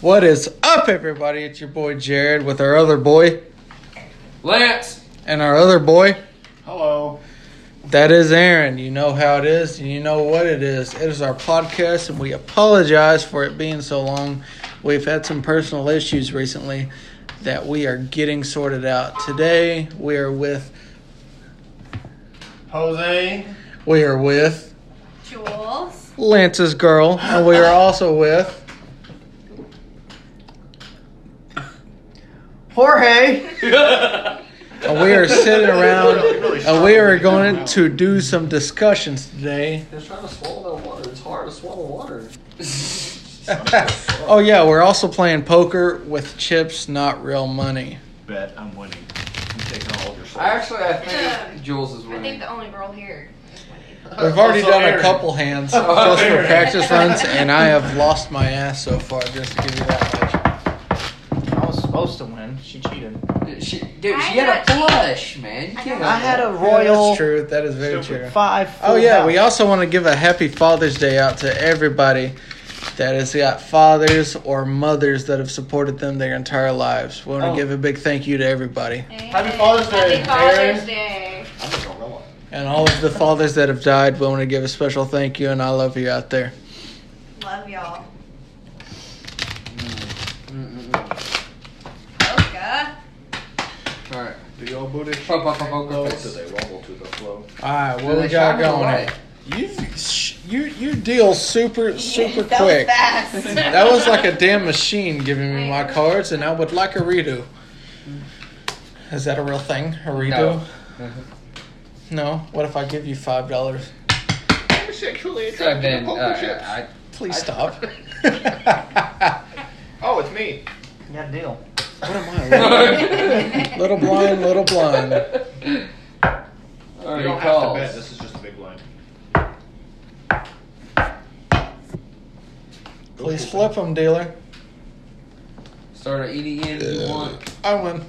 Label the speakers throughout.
Speaker 1: What is up, everybody? It's your boy Jared with our other boy
Speaker 2: Lance.
Speaker 1: and our other boy.
Speaker 3: Hello.
Speaker 1: That is Aaron. You know how it is, and you know what it is. It is our podcast, and we apologize for it being so long. We've had some personal issues recently that we are getting sorted out. Today, we are with,
Speaker 3: Jose.
Speaker 1: we are with
Speaker 4: Jules.
Speaker 1: Lance's girl, and we are also with.
Speaker 3: Jorge.
Speaker 1: And we are sitting around
Speaker 3: Really
Speaker 1: and we are
Speaker 3: strong.
Speaker 1: going to do some discussions today.
Speaker 5: They're trying to swallow that water. It's hard to swallow water.
Speaker 1: oh yeah, we're also playing poker with chips, not real money.
Speaker 3: Bet I'm winning. I'm taking all of your souls.
Speaker 2: Actually, I think Jules is
Speaker 4: I think
Speaker 2: winning.
Speaker 4: the only girl here is winning.
Speaker 1: We've already
Speaker 3: Also
Speaker 1: done a
Speaker 3: Aaron.
Speaker 1: couple hands
Speaker 2: Oh,
Speaker 1: just for
Speaker 2: Aaron.
Speaker 1: practice runs, and I have lost my ass so far. Just to give you that
Speaker 6: I was supposed to win. She cheated.
Speaker 2: She, dude,
Speaker 4: I
Speaker 2: she had a
Speaker 4: got you.
Speaker 2: plush, man. You
Speaker 4: I
Speaker 2: can't
Speaker 4: got
Speaker 6: I had a
Speaker 1: much.
Speaker 6: royal
Speaker 1: That's true. That is very true.
Speaker 3: Stupid.
Speaker 6: five.
Speaker 1: Oh
Speaker 6: full
Speaker 1: yeah,
Speaker 6: house.
Speaker 1: we also want to give a happy Father's Day out to everybody that has got fathers or mothers that have supported them their entire lives. We want to
Speaker 6: Oh.
Speaker 1: give a big thank you to everybody
Speaker 3: Happy Father's Day,
Speaker 4: Happy Father's
Speaker 3: Aaron.
Speaker 4: Day.
Speaker 5: I'm a gorilla.
Speaker 1: and all of the fathers that have died. We want to give a special thank you and I love you out there.
Speaker 4: Love y'all.
Speaker 2: Mm-mm-mm.
Speaker 4: Oka.
Speaker 2: All right.
Speaker 3: Do y'all booty?
Speaker 2: Pop, pop, pop, pop,
Speaker 3: Or
Speaker 2: pop.
Speaker 3: do they rumble to the flow?
Speaker 1: All right,
Speaker 2: Do
Speaker 1: what we
Speaker 2: they
Speaker 1: got
Speaker 2: shine in the
Speaker 1: going?
Speaker 2: light?
Speaker 1: here? You sh- you you deal super super
Speaker 4: that
Speaker 1: quick.
Speaker 4: Was fast.
Speaker 1: that was like a damn machine giving me my cards, and I would like a redo. Is that a real thing? A redo?
Speaker 2: No.
Speaker 1: No? What if I give you five dollars?
Speaker 5: I'm sexually
Speaker 2: So I've
Speaker 5: attracted to
Speaker 2: been.
Speaker 5: poker chips.
Speaker 2: Uh,
Speaker 1: Please
Speaker 2: I-
Speaker 1: stop.
Speaker 5: oh, it's me.
Speaker 6: You got a deal.
Speaker 1: what am I?
Speaker 2: I,
Speaker 1: Little blind, little blind.
Speaker 2: All
Speaker 3: you
Speaker 2: right,
Speaker 3: don't have
Speaker 2: calls.
Speaker 3: to bet. This is just a big line.
Speaker 1: Please flip them, dealer.
Speaker 2: Start E at any end you want.
Speaker 1: I win.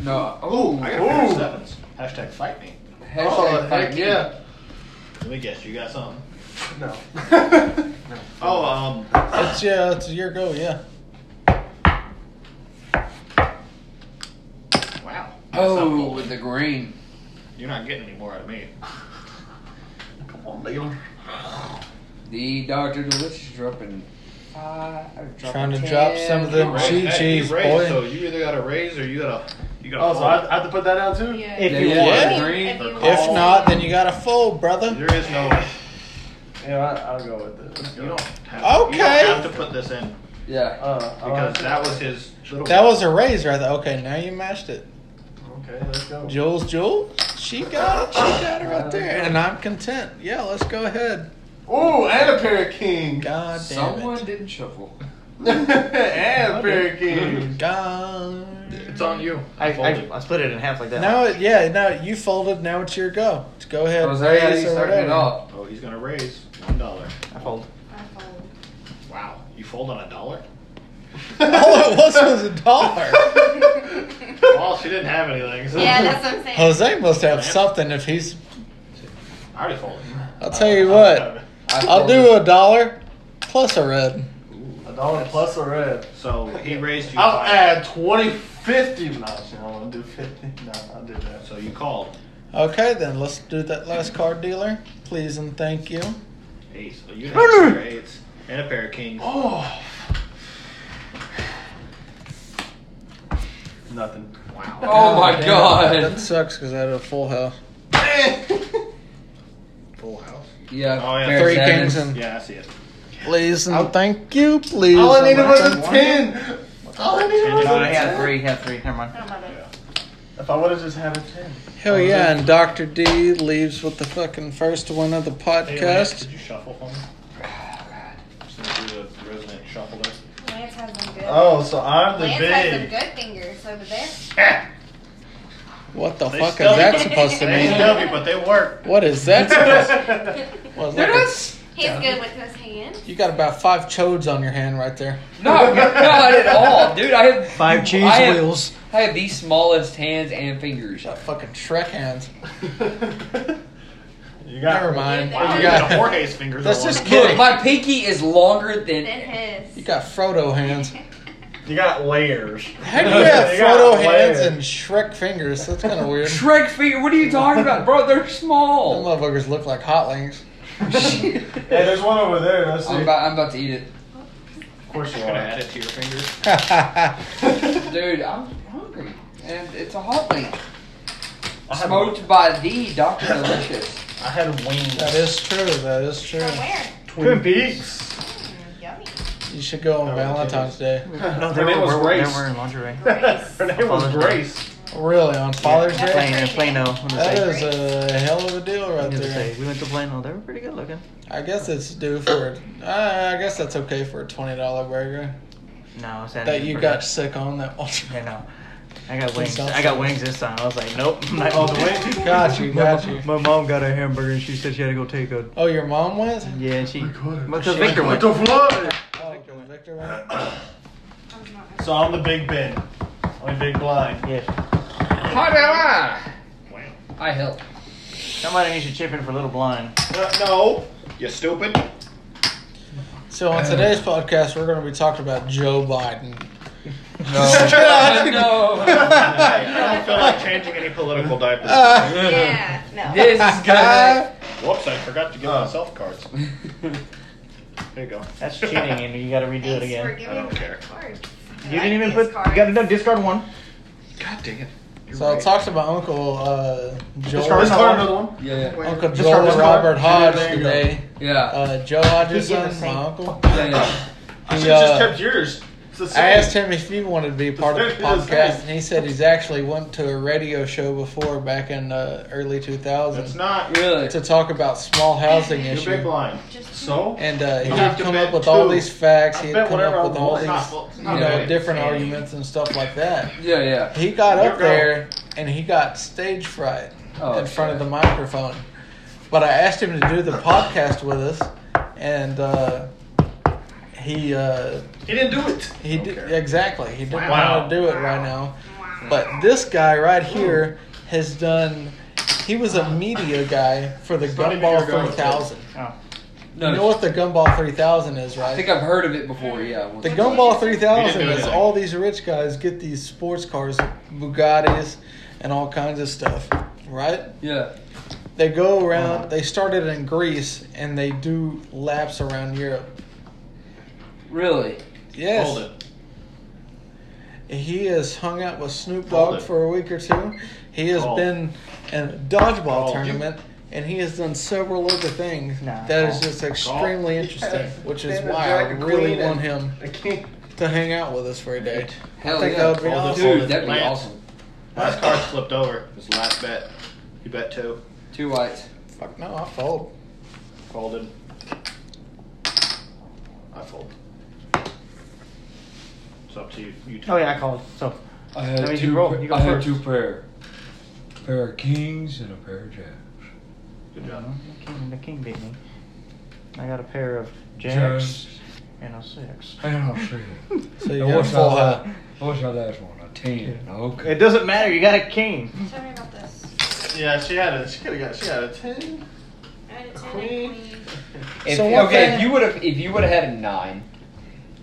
Speaker 2: No.
Speaker 3: Ooh, I got a pair of
Speaker 5: Ooh.
Speaker 3: sevens. Hashtag fight me.
Speaker 2: Hashtag
Speaker 5: oh,
Speaker 2: fight
Speaker 5: heck
Speaker 2: me.
Speaker 5: yeah.
Speaker 3: Let me guess. You got something?
Speaker 5: No.
Speaker 3: Oh, um,
Speaker 1: It's yeah, it's your go. Yeah.
Speaker 3: wow.
Speaker 2: Oh, with the green.
Speaker 3: You're not getting any more out of me.
Speaker 5: Come on, Leon.
Speaker 2: The Dr. Delicious dropping five. or dropping
Speaker 1: Trying to drop
Speaker 2: ten.
Speaker 1: some of the
Speaker 3: You
Speaker 1: cheese.
Speaker 3: raised- hey, you
Speaker 1: cheese,
Speaker 3: raised,
Speaker 1: boy.
Speaker 3: So you either got a raise or you got a you got a.
Speaker 5: Oh, so I, I have to put that down too?
Speaker 4: Yeah.
Speaker 6: If
Speaker 2: Yeah,
Speaker 6: you
Speaker 2: yeah,
Speaker 6: want.
Speaker 1: Yeah.
Speaker 2: green.
Speaker 4: If you
Speaker 3: If
Speaker 4: want.
Speaker 1: If
Speaker 2: Oh.
Speaker 1: not, then you got a fold, brother.
Speaker 3: There is no.
Speaker 5: Yeah, I, I'll go with it. Let's
Speaker 3: You
Speaker 5: go.
Speaker 3: don't have. You
Speaker 1: Okay.
Speaker 3: don't have to put this in
Speaker 2: Yeah.
Speaker 5: Uh, I
Speaker 3: because
Speaker 5: like it.
Speaker 3: that was his little.
Speaker 1: That was a raise, rather. Okay, now you mashed it.
Speaker 5: Okay, let's go.
Speaker 1: Jules, Jules, she got it. She got it
Speaker 2: Uh,
Speaker 1: right there, and I'm content. Yeah, let's go ahead.
Speaker 5: Ooh, and a pair of kings.
Speaker 1: God damn
Speaker 2: Someone
Speaker 1: it.
Speaker 2: didn't shuffle.
Speaker 5: and a pair of kings.
Speaker 1: God.
Speaker 3: It's on you.
Speaker 6: I,
Speaker 3: Folded.
Speaker 6: I, I split it in half like that.
Speaker 1: Now, it, yeah, now you folded. Now it's your go. Let's go ahead.
Speaker 2: Jose, how
Speaker 1: raise
Speaker 2: you
Speaker 1: or
Speaker 2: starting it
Speaker 1: whatever.
Speaker 2: off?
Speaker 3: Oh, he's gonna raise one dollar.
Speaker 6: I fold.
Speaker 4: I fold.
Speaker 3: Wow, you fold on a dollar?
Speaker 1: All Oh, it was was a dollar.
Speaker 3: well, she didn't have anything. So
Speaker 4: Yeah, that's what I'm saying.
Speaker 1: Jose must have something if he's.
Speaker 3: I already folded.
Speaker 1: I'll tell you what.
Speaker 2: Uh, I
Speaker 1: I'll do a dollar plus a red.
Speaker 5: A dollar plus a red.
Speaker 3: So he raised you.
Speaker 5: I'll
Speaker 3: five.
Speaker 5: add 20, 50. No, shit, I don't want to do 50. No, I'll do that.
Speaker 3: So you called.
Speaker 1: Okay, then let's do that last card, dealer. Please and thank you.
Speaker 3: Ace. So you had a pair of eights and a pair of kings.
Speaker 5: Oh. Nothing.
Speaker 3: Wow.
Speaker 2: Oh
Speaker 5: Uh,
Speaker 2: my
Speaker 1: Damn, That
Speaker 2: god.
Speaker 1: sucks because I had a full house.
Speaker 3: Full house.
Speaker 2: Yeah.
Speaker 3: Oh, yeah.
Speaker 2: Bear
Speaker 1: Three
Speaker 2: sevens.
Speaker 1: kings and
Speaker 3: Yeah, I see it.
Speaker 1: please and thank you, please.
Speaker 5: All I
Speaker 1: and
Speaker 5: needed was
Speaker 1: thank
Speaker 5: a 10. All I needed was
Speaker 6: No, I
Speaker 5: a
Speaker 6: had
Speaker 5: 10.
Speaker 6: three. Had three. Never mind.
Speaker 4: Oh, my bad.
Speaker 5: If I would have just had a 10.
Speaker 1: Hell yeah, and Dr. D leaves with the fucking first one of the
Speaker 3: Hey, Lance,
Speaker 1: podcast.
Speaker 3: did you shuffle for me? Since you're the resident shuffler.
Speaker 4: Lance has some good.
Speaker 5: Oh, so I'm the
Speaker 4: Lance has some
Speaker 5: big.
Speaker 4: good fingers over there.
Speaker 1: What the
Speaker 3: They
Speaker 1: fuck is
Speaker 3: still-
Speaker 1: that supposed to
Speaker 3: They ain't
Speaker 1: mean?
Speaker 3: W, but they work.
Speaker 1: What is that supposed to well, it's like a-
Speaker 4: He's good with his hand.
Speaker 1: You got about five chodes on your hand right there.
Speaker 2: No, not at all, dude. I have
Speaker 6: Five cheese
Speaker 2: I have,
Speaker 6: wheels.
Speaker 2: I have the smallest hands and fingers.
Speaker 1: Got fucking Shrek hands.
Speaker 5: you
Speaker 3: got.
Speaker 1: Never mind.
Speaker 4: Wow.
Speaker 3: You
Speaker 1: You
Speaker 3: got
Speaker 1: got,
Speaker 3: Jorge's fingers.
Speaker 1: Let's
Speaker 3: all
Speaker 1: just
Speaker 3: over.
Speaker 1: get-
Speaker 5: Look, my pinky is longer than.
Speaker 4: Than his.
Speaker 1: you got Frodo hands.
Speaker 3: You got layers.
Speaker 1: How do you have
Speaker 3: You got
Speaker 1: Frodo hands
Speaker 3: layers.
Speaker 1: and Shrek fingers? That's kind of weird. Them
Speaker 5: Shrek figure, what are you talking about? Bro, they're small.
Speaker 1: motherfuckers look like hotlings.
Speaker 3: Hey, there's one over there. Let's see.
Speaker 5: I'm about, I'm about to eat it.
Speaker 3: of course you
Speaker 7: Gonna
Speaker 3: are.
Speaker 7: add it to your fingers.
Speaker 5: Dude, I'm hungry. And it's a hot link.
Speaker 3: I had,
Speaker 5: Smoked by the Dr. Delicious.
Speaker 3: I had wings.
Speaker 1: that is true. That is true.
Speaker 4: From where?
Speaker 3: Twin Peaks.
Speaker 4: Mm, yummy.
Speaker 1: You should go on
Speaker 3: Oh,
Speaker 1: Valentine's Day.
Speaker 6: No,
Speaker 3: Her name was
Speaker 6: we're- they
Speaker 3: Grace.
Speaker 6: were in lingerie.
Speaker 4: Grace.
Speaker 3: Her name was
Speaker 6: Father's Day.
Speaker 3: Grace.
Speaker 1: Really, on Father's
Speaker 4: Yeah.
Speaker 1: Day?
Speaker 6: Plano, Plano. I'm gonna
Speaker 1: That
Speaker 6: say.
Speaker 1: is a hell of a deal
Speaker 6: I'm
Speaker 1: right
Speaker 6: gonna
Speaker 1: there.
Speaker 6: say. We went to Plano. They were pretty good looking.
Speaker 1: I guess it's due for it. I guess that's okay for a twenty dollar burger
Speaker 6: No, it's
Speaker 1: that you got sick on that one.
Speaker 6: I know. I got
Speaker 1: Please
Speaker 6: wings.
Speaker 1: don't
Speaker 6: I got
Speaker 1: say
Speaker 6: wings this time. I was like, nope. I'm not
Speaker 3: Oh,
Speaker 6: eating
Speaker 3: the
Speaker 6: that.
Speaker 3: wings?
Speaker 1: Got you, got you.
Speaker 6: My mom got a hamburger and she said she had to go take a.
Speaker 1: Oh, your mom went?
Speaker 6: Yeah, and she.
Speaker 3: God.
Speaker 6: But the Victor
Speaker 3: What
Speaker 6: went.
Speaker 3: the fuck?
Speaker 1: Oh, Victor went. Victor went.
Speaker 4: I'm not-
Speaker 3: So I'm the Big Ben. I'm the Big Blind.
Speaker 6: Yeah.
Speaker 5: How did I? I help.
Speaker 6: Somebody needs to chip in for Little Blind.
Speaker 3: No, Uh, no. You stupid.
Speaker 1: So on today's podcast, we're going to be talking about Joe Biden.
Speaker 3: I don't feel like changing any political diapers.
Speaker 4: Yeah, no.
Speaker 5: This is gonna.
Speaker 7: Whoops, I forgot to give
Speaker 3: Oh.
Speaker 7: myself cards. There you go.
Speaker 6: That's cheating, and you gotta redo it
Speaker 4: Thanks for
Speaker 6: again.
Speaker 4: giving
Speaker 7: I don't
Speaker 4: me
Speaker 7: care.
Speaker 4: cards. I
Speaker 6: You
Speaker 4: like
Speaker 6: didn't even
Speaker 4: these
Speaker 6: put. You
Speaker 4: cards.
Speaker 6: gotta no, discard one.
Speaker 7: God dang it. You're
Speaker 1: so I
Speaker 7: right.
Speaker 1: talked to my uncle uh,
Speaker 3: Let's
Speaker 1: Joel,
Speaker 6: Discard-
Speaker 3: card another one.
Speaker 5: yeah,
Speaker 1: Uncle
Speaker 6: Just start
Speaker 1: Joel
Speaker 6: this card.
Speaker 1: Robert Hodge
Speaker 3: There you go.
Speaker 1: today.
Speaker 5: yeah.
Speaker 1: Uh, Joe
Speaker 6: He did the
Speaker 1: Hodgson,
Speaker 6: same.
Speaker 1: my uncle.
Speaker 5: Yeah, yeah.
Speaker 3: I
Speaker 1: He,
Speaker 3: should have just
Speaker 1: uh,
Speaker 3: kept yours. It's the
Speaker 1: I
Speaker 3: same.
Speaker 1: asked him if he wanted to be part of the
Speaker 3: It's very the
Speaker 1: podcast,
Speaker 3: same.
Speaker 1: and he said he's actually went to a radio show before back in the early 2000s
Speaker 3: It's not.
Speaker 5: Really?
Speaker 1: to talk about small housing
Speaker 3: You're Big
Speaker 1: issue.
Speaker 3: Blind.
Speaker 4: Just
Speaker 3: So?
Speaker 1: And uh,
Speaker 3: You
Speaker 1: he'd
Speaker 3: have to
Speaker 1: come
Speaker 3: bet
Speaker 1: up with all
Speaker 3: two.
Speaker 1: these facts.
Speaker 3: I
Speaker 1: He'd
Speaker 3: bet
Speaker 1: come
Speaker 3: whatever
Speaker 1: up
Speaker 3: I
Speaker 1: with all
Speaker 3: want.
Speaker 1: these,
Speaker 3: It's not- well, it's
Speaker 1: you
Speaker 3: not
Speaker 1: know,
Speaker 3: really
Speaker 1: different
Speaker 3: fair.
Speaker 1: arguments and stuff like that.
Speaker 5: Yeah, yeah.
Speaker 1: He got
Speaker 3: Here
Speaker 1: up
Speaker 3: we go.
Speaker 1: there and he got stage fright
Speaker 5: Oh,
Speaker 1: in front of the
Speaker 5: shit.
Speaker 1: microphone. But I asked him to do the podcast with us, and uh, he uh,
Speaker 3: He didn't do it.
Speaker 1: he did
Speaker 7: Okay.
Speaker 1: exactly he didn't
Speaker 3: Wow.
Speaker 1: want to do it right now. But this guy right here has done. He was a media guy for the
Speaker 3: Starting to
Speaker 1: Gumball
Speaker 3: go with
Speaker 1: 3000.
Speaker 5: No,
Speaker 1: you know what the Gumball 3000 is, right?
Speaker 5: I think I've heard of it before. Yeah.
Speaker 1: The Gumball 3000
Speaker 3: We didn't do
Speaker 1: is
Speaker 3: anything.
Speaker 1: all these rich guys get these sports cars, Bugattis, and all kinds of stuff, right?
Speaker 5: Yeah.
Speaker 1: They go
Speaker 3: Uh-huh.
Speaker 1: around, they started in Greece and they do laps around Europe.
Speaker 5: Really?
Speaker 1: Yes.
Speaker 3: Hold it.
Speaker 1: He has hung out with Snoop
Speaker 3: Hold
Speaker 1: Dogg
Speaker 3: it.
Speaker 1: for a week or two. He has
Speaker 3: Hold.
Speaker 1: been in a dodgeball
Speaker 3: Hold.
Speaker 1: tournament and he has done several other things
Speaker 6: Nah,
Speaker 1: that is
Speaker 6: hold.
Speaker 1: just extremely interesting, which is
Speaker 3: And the
Speaker 1: why I
Speaker 3: drag
Speaker 1: really
Speaker 3: queen
Speaker 1: want
Speaker 3: and-
Speaker 1: him
Speaker 3: I can't.
Speaker 1: to hang out with us for a day.
Speaker 5: Hell
Speaker 1: I think
Speaker 5: yeah.
Speaker 1: that would be
Speaker 3: Hold
Speaker 1: awesome.
Speaker 3: this, hold
Speaker 5: Dude,
Speaker 3: this.
Speaker 5: that'd be
Speaker 3: Lance.
Speaker 5: awesome.
Speaker 3: Last card flipped over. His last bet. He bet two.
Speaker 5: Two whites.
Speaker 1: Fuck no, I fold.
Speaker 3: Folded. I fold. It's up to you. you
Speaker 6: Oh yeah, I called. So
Speaker 5: I had
Speaker 6: That means
Speaker 5: two.
Speaker 6: you roll.
Speaker 5: pa-
Speaker 6: You go
Speaker 5: I had
Speaker 6: first.
Speaker 5: two pair. A pair of kings and a pair of jacks.
Speaker 3: Good
Speaker 6: you
Speaker 3: job.
Speaker 6: know, the king, the king beat me. I got a pair of jacks and a six.
Speaker 5: I don't see it.
Speaker 1: So you
Speaker 5: And
Speaker 1: got a
Speaker 5: what's
Speaker 1: full
Speaker 5: our
Speaker 1: hat.
Speaker 5: la- What's our last one? A ten. Okay.
Speaker 6: It doesn't matter. You got a king.
Speaker 4: Tell me about this.
Speaker 3: Yeah, she had a. She could have got. She had a ten.
Speaker 4: I had a ten
Speaker 3: Queen.
Speaker 4: and queen.
Speaker 5: If,
Speaker 1: So what
Speaker 5: okay,
Speaker 1: the-
Speaker 5: if you would have if you would have had a nine,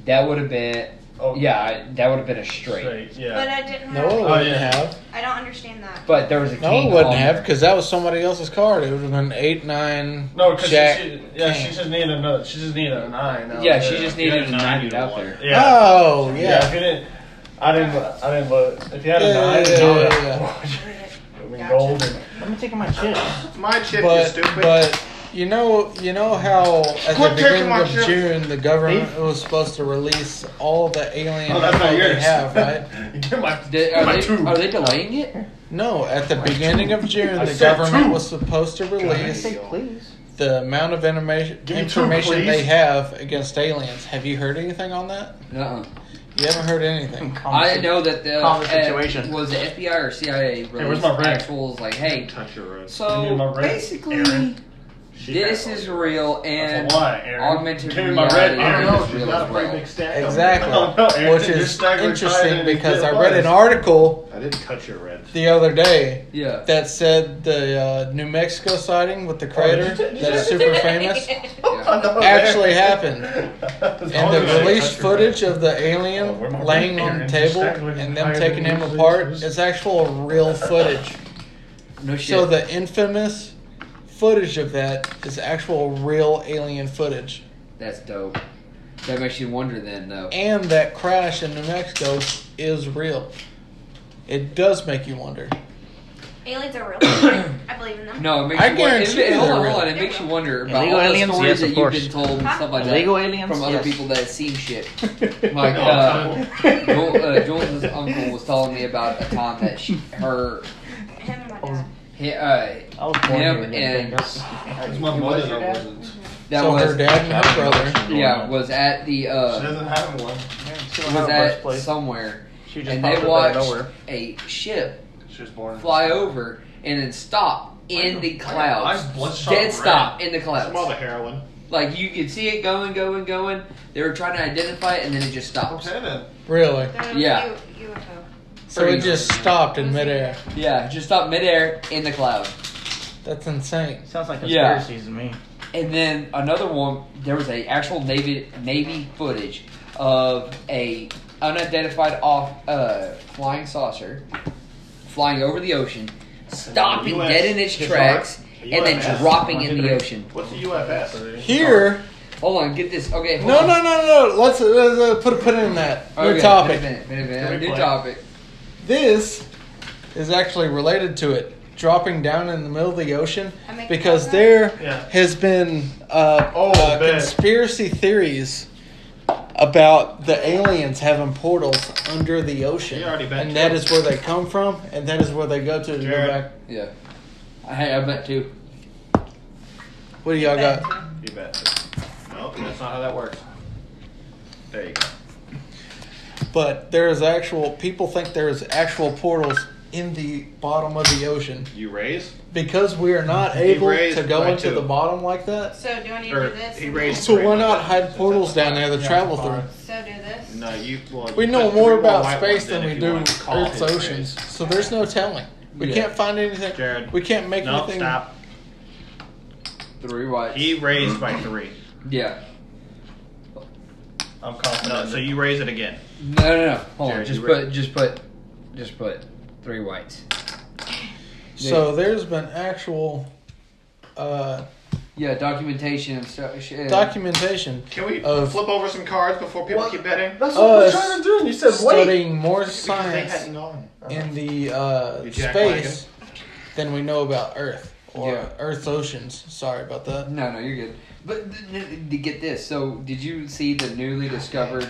Speaker 5: that would have been
Speaker 3: Oh.
Speaker 5: yeah, I- that would have been a straight.
Speaker 3: Straight.
Speaker 4: But uh,
Speaker 3: Yeah.
Speaker 4: I didn't
Speaker 1: No,
Speaker 4: have.
Speaker 1: it wouldn't
Speaker 3: Oh, yeah.
Speaker 1: have.
Speaker 4: I don't understand that.
Speaker 5: But there was a
Speaker 1: No,
Speaker 5: king.
Speaker 1: it wouldn't
Speaker 5: on
Speaker 1: have
Speaker 5: there.
Speaker 1: because that was somebody else's card. It would have been eight, nine.
Speaker 3: No, because she,
Speaker 1: Jack
Speaker 3: she, yeah,
Speaker 1: King.
Speaker 3: she just needed another. She just needed a nine. out
Speaker 5: Yeah, she
Speaker 3: there.
Speaker 5: just
Speaker 3: If you
Speaker 5: needed
Speaker 3: had
Speaker 5: a nine
Speaker 3: you'd
Speaker 5: out
Speaker 3: have won.
Speaker 5: there.
Speaker 3: Yeah.
Speaker 1: Oh
Speaker 3: yeah. If
Speaker 1: yeah.
Speaker 3: you didn't, I didn't. I didn't vote. If you had a
Speaker 1: Yeah,
Speaker 3: nine,
Speaker 1: yeah,
Speaker 3: I would
Speaker 1: yeah,
Speaker 3: have
Speaker 1: yeah.
Speaker 3: I mean,
Speaker 4: Gotcha.
Speaker 3: golden.
Speaker 6: Let me take my chips.
Speaker 3: It's my chip,
Speaker 1: But but you know you know how at
Speaker 3: Quit
Speaker 1: the
Speaker 3: taking
Speaker 1: beginning
Speaker 3: my
Speaker 1: of
Speaker 3: shit.
Speaker 1: June the government was supposed to release all the alien
Speaker 3: oh, that's not
Speaker 1: info they
Speaker 3: yours.
Speaker 1: have, right?
Speaker 3: you get my,
Speaker 5: Did- are,
Speaker 3: my
Speaker 5: they,
Speaker 3: two.
Speaker 5: are they delaying it?
Speaker 1: No, at the beginning of June
Speaker 3: I
Speaker 1: the
Speaker 3: said
Speaker 1: government
Speaker 3: two.
Speaker 1: was supposed to
Speaker 6: I
Speaker 1: release
Speaker 6: say please.
Speaker 1: the amount of information
Speaker 3: Give me two,
Speaker 1: information they
Speaker 3: please.
Speaker 1: have against aliens. Have you heard anything on that?
Speaker 5: Uh-uh.
Speaker 1: You haven't heard anything.
Speaker 5: I know that the
Speaker 6: Common
Speaker 5: uh,
Speaker 6: situation.
Speaker 5: was the FBI or CIA
Speaker 3: where's
Speaker 5: released
Speaker 3: my ring?
Speaker 5: actuals like, hey,
Speaker 3: Touch your road.
Speaker 5: so basically She
Speaker 2: This
Speaker 5: has
Speaker 2: is
Speaker 5: one.
Speaker 2: real and
Speaker 5: That's a lie, Aaron.
Speaker 2: augmented
Speaker 5: Give me my red
Speaker 2: reality
Speaker 5: Aaron.
Speaker 2: is
Speaker 5: She's
Speaker 2: real
Speaker 5: got
Speaker 2: as
Speaker 5: a pretty
Speaker 2: well.
Speaker 5: big stack of
Speaker 1: Exactly.
Speaker 5: them. I don't know, Aaron.
Speaker 1: Which
Speaker 5: Your
Speaker 1: is
Speaker 5: stack looks higher
Speaker 1: interesting
Speaker 5: than it
Speaker 1: because
Speaker 5: did
Speaker 1: I read
Speaker 5: mine.
Speaker 1: an article
Speaker 3: I didn't touch your red.
Speaker 1: the other day
Speaker 2: Yeah.
Speaker 1: that said the uh, New Mexico sighting with the crater
Speaker 5: Oh, did you- did you-
Speaker 1: that's super famous.
Speaker 5: Oh, I know,
Speaker 1: actually
Speaker 5: Aaron.
Speaker 1: And
Speaker 5: Don't
Speaker 1: they
Speaker 5: touch your
Speaker 1: released
Speaker 5: red.
Speaker 1: footage of the
Speaker 5: Oh, where my
Speaker 1: alien
Speaker 5: red
Speaker 1: laying on the
Speaker 5: Aaron?
Speaker 1: table
Speaker 5: Stack looks
Speaker 1: and them
Speaker 5: higher
Speaker 1: taking
Speaker 5: than
Speaker 1: him
Speaker 5: yours
Speaker 1: apart.
Speaker 5: is.
Speaker 1: It's actual real footage.
Speaker 2: No shit.
Speaker 1: So the infamous footage of that is actual real alien footage.
Speaker 2: That's dope. That makes you wonder then, though.
Speaker 1: And that crash in New Mexico is real. It does make you wonder.
Speaker 4: Aliens are real. I believe in them.
Speaker 2: No, it makes
Speaker 1: I
Speaker 2: you wonder.
Speaker 1: guarantee
Speaker 2: It,
Speaker 1: you
Speaker 2: hold on,
Speaker 1: they're
Speaker 2: hold on. It
Speaker 4: real.
Speaker 2: makes you wonder about
Speaker 6: Illegal
Speaker 2: all
Speaker 6: aliens?
Speaker 2: the stories
Speaker 6: Yes,
Speaker 2: that
Speaker 6: of
Speaker 2: you've
Speaker 6: course.
Speaker 2: been told and
Speaker 4: Huh?
Speaker 2: stuff like
Speaker 6: Illegal
Speaker 2: that
Speaker 6: aliens?
Speaker 2: from other
Speaker 6: Yes.
Speaker 2: people that have seen shit.
Speaker 5: Like,
Speaker 2: Like, uh, Joel, uh,
Speaker 5: Joel-
Speaker 2: Joel's uncle was telling me about a time that she, her,
Speaker 4: Him and my
Speaker 6: Oh.
Speaker 4: dad.
Speaker 2: he, uh,
Speaker 6: I was born
Speaker 2: Him
Speaker 6: here, didn't
Speaker 2: and-
Speaker 6: think that's-
Speaker 5: It's my
Speaker 2: It
Speaker 5: mother
Speaker 2: was your
Speaker 5: that
Speaker 2: dad?
Speaker 5: wasn't.
Speaker 2: that
Speaker 1: so her
Speaker 2: was
Speaker 1: dad and her brother.
Speaker 2: yeah was at the
Speaker 5: she
Speaker 2: uh
Speaker 5: doesn't have one.
Speaker 6: She
Speaker 2: was at somewhere
Speaker 6: She just
Speaker 2: and they
Speaker 6: popped up out of
Speaker 2: watched
Speaker 6: nowhere.
Speaker 2: a ship
Speaker 5: She was born. in-
Speaker 2: fly over and then stop in the clouds,
Speaker 5: Mine's bloodshot
Speaker 2: dead
Speaker 5: red.
Speaker 2: stop in the
Speaker 3: Some
Speaker 2: clouds.
Speaker 3: other heroin.
Speaker 2: Like you could see it going, going, going. They were trying to identify it and then it just stops.
Speaker 5: Okay then.
Speaker 1: Really?
Speaker 4: They're
Speaker 2: Yeah.
Speaker 4: U- UFO.
Speaker 1: So it just stopped in midair.
Speaker 2: Yeah, just stopped midair in the cloud.
Speaker 1: That's insane.
Speaker 6: Sounds like
Speaker 2: Yeah.
Speaker 6: conspiracies to me.
Speaker 2: And then another one, there was a actual navy navy footage of a unidentified off uh, flying saucer flying over the ocean, stopping
Speaker 3: US
Speaker 2: dead in its
Speaker 3: Shark.
Speaker 2: tracks, and then
Speaker 3: UFS.
Speaker 2: dropping in the ocean.
Speaker 3: What's the UFS?
Speaker 1: Here,
Speaker 2: Hold on, get this. Okay, hold
Speaker 1: no,
Speaker 2: on.
Speaker 1: no, no, no. Let's, let's, uh, put a pin in that. New
Speaker 2: Oh. Okay,
Speaker 1: topic.
Speaker 2: Wait a minute, wait a minute,
Speaker 5: Replay.
Speaker 2: New topic.
Speaker 1: This is actually related to it. Dropping down in the middle of the ocean
Speaker 4: I make
Speaker 1: because
Speaker 4: that
Speaker 1: there
Speaker 5: Yeah.
Speaker 1: has been uh,
Speaker 5: Oh,
Speaker 1: uh,
Speaker 5: man.
Speaker 1: conspiracy theories about the aliens having portals under the ocean,
Speaker 3: You already bet
Speaker 1: and that
Speaker 3: too.
Speaker 1: is where they come from, and that is where they go to to go
Speaker 3: Jared.
Speaker 1: back.
Speaker 2: Yeah. I, hey, I bet too.
Speaker 1: What do y'all got?
Speaker 3: You bet. Nope, that's not how that works. There you go.
Speaker 1: But there is actual people think there is actual portals in the bottom of the ocean
Speaker 3: You raise?
Speaker 1: because we are not
Speaker 3: He
Speaker 1: able
Speaker 3: raised
Speaker 1: to go
Speaker 3: by
Speaker 1: into
Speaker 3: two.
Speaker 1: the bottom like that.
Speaker 4: So do I need
Speaker 3: Or
Speaker 4: to do this?
Speaker 3: he
Speaker 4: and
Speaker 3: raised-
Speaker 1: So why not hide
Speaker 3: Since
Speaker 1: portals
Speaker 3: that's
Speaker 1: down there to
Speaker 5: Yeah,
Speaker 1: travel
Speaker 5: fine.
Speaker 1: through?
Speaker 4: this? So do this?
Speaker 3: No, you. Well,
Speaker 1: We
Speaker 3: you
Speaker 1: know
Speaker 3: put
Speaker 1: more
Speaker 3: three
Speaker 1: about
Speaker 3: white
Speaker 1: space
Speaker 3: ones in
Speaker 1: than
Speaker 3: if
Speaker 1: we
Speaker 3: you
Speaker 1: do
Speaker 3: want to call
Speaker 1: Earth's
Speaker 3: it raise.
Speaker 1: oceans, so there's no telling. We
Speaker 2: Yeah.
Speaker 1: can't find anything.
Speaker 3: Jared.
Speaker 1: We can't make
Speaker 3: No,
Speaker 1: anything.
Speaker 3: stop.
Speaker 2: Three whites.
Speaker 3: He raised by three.
Speaker 2: yeah.
Speaker 5: I'm confident.
Speaker 3: No, so you raise it again.
Speaker 2: No, no, no. Hold on.
Speaker 3: Jared,
Speaker 2: Just
Speaker 3: you ready?
Speaker 2: put, just put, just put three whites.
Speaker 1: So there's been actual uh,
Speaker 2: Yeah, documentation and stuff. shit.
Speaker 1: documentation
Speaker 3: Can we
Speaker 1: Of-
Speaker 3: flip over some cards before people
Speaker 5: What?
Speaker 3: keep betting?
Speaker 5: That's
Speaker 1: what
Speaker 5: what
Speaker 1: we're
Speaker 5: we're
Speaker 1: Us
Speaker 5: trying
Speaker 1: trying
Speaker 5: to do, and you said wait.
Speaker 1: studying more
Speaker 3: Because they
Speaker 1: science
Speaker 3: hadn't known.
Speaker 1: in the uh,
Speaker 3: You jack
Speaker 1: space than we know about Earth or
Speaker 2: Yeah.
Speaker 1: Earth's oceans. Sorry about that.
Speaker 2: No, no, you're good. But th- th- th- to get this, so did you see the newly discovered,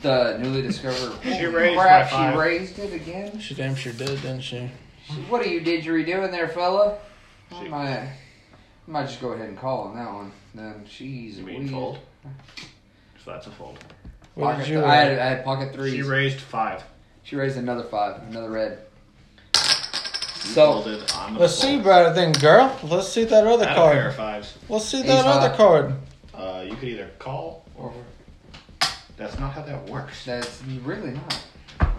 Speaker 2: the newly discovered?
Speaker 3: She
Speaker 2: Holy
Speaker 3: raised
Speaker 2: crap,
Speaker 3: my
Speaker 2: she
Speaker 3: five.
Speaker 2: raised it again.
Speaker 1: She damn sure did, didn't she?
Speaker 2: She- What are you didgeridooing there, fella? I
Speaker 3: She-
Speaker 2: might, I might just go ahead and call on that one. Then she's
Speaker 3: You mean fold? So that's a fold.
Speaker 1: What
Speaker 2: Pocket
Speaker 1: did you?
Speaker 2: th- I, had, I had pocket threes.
Speaker 3: She raised five.
Speaker 2: She raised another five, another red.
Speaker 3: You
Speaker 2: So
Speaker 3: folded. I'm gonna
Speaker 1: Let's
Speaker 3: fold.
Speaker 1: see about it then, girl. Let's see that other
Speaker 3: Add a pair
Speaker 1: card.
Speaker 3: of fives.
Speaker 1: Let's see
Speaker 2: Ace
Speaker 1: that other
Speaker 2: high.
Speaker 1: card.
Speaker 3: Uh, you could either call or. That's not how that works.
Speaker 2: that's really not.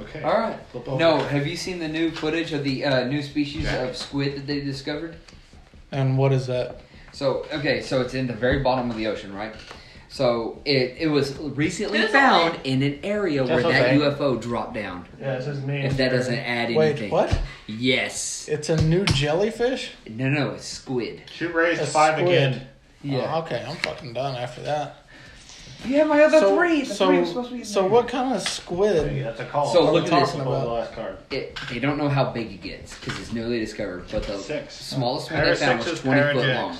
Speaker 3: Okay.
Speaker 2: All right.
Speaker 3: Flip over.
Speaker 2: No, have you seen the new footage of the uh, new species of squid that they discovered?
Speaker 1: And what is that?
Speaker 2: So okay, so it's in the very bottom of the ocean, right? So it it was recently
Speaker 4: Who's
Speaker 2: found in an area
Speaker 6: That's
Speaker 2: where that
Speaker 6: okay.
Speaker 2: UFO dropped down.
Speaker 5: Yeah, it says me.
Speaker 2: If that doesn't add
Speaker 1: Wait,
Speaker 2: anything,
Speaker 1: what?
Speaker 2: Yes.
Speaker 1: It's a new jellyfish?
Speaker 2: No, no, it's squid. Uh-huh.
Speaker 3: She raised
Speaker 1: A
Speaker 3: five
Speaker 1: squid.
Speaker 3: again.
Speaker 1: Oh, okay, I'm fucking done after that.
Speaker 2: Yeah, my other
Speaker 1: so,
Speaker 2: three. The
Speaker 1: so,
Speaker 2: three was supposed to be. in
Speaker 1: so
Speaker 2: there.
Speaker 1: what kind of
Speaker 3: Hey,
Speaker 1: squid?
Speaker 3: That's a call.
Speaker 2: So
Speaker 3: What
Speaker 2: look
Speaker 3: we
Speaker 2: at this
Speaker 3: talking about
Speaker 1: one.
Speaker 3: the last card.
Speaker 2: It, they don't know how big it gets because it's newly discovered, but the
Speaker 3: Six.
Speaker 2: smallest one
Speaker 3: Pair
Speaker 2: they
Speaker 3: of
Speaker 2: found was
Speaker 3: sixes,
Speaker 2: twenty
Speaker 3: pair of
Speaker 2: foot
Speaker 3: jacks.
Speaker 2: long.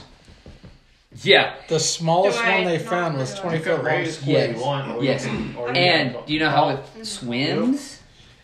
Speaker 2: Yeah,
Speaker 1: The smallest
Speaker 4: Do I
Speaker 1: one they
Speaker 4: not
Speaker 1: found was
Speaker 4: know?
Speaker 1: 20
Speaker 3: You could
Speaker 1: foot long
Speaker 3: raise
Speaker 1: squid.
Speaker 2: Yes.
Speaker 3: what you want, or you
Speaker 2: Yes.
Speaker 3: can- or you
Speaker 2: and
Speaker 3: can-
Speaker 2: do you know how it swims?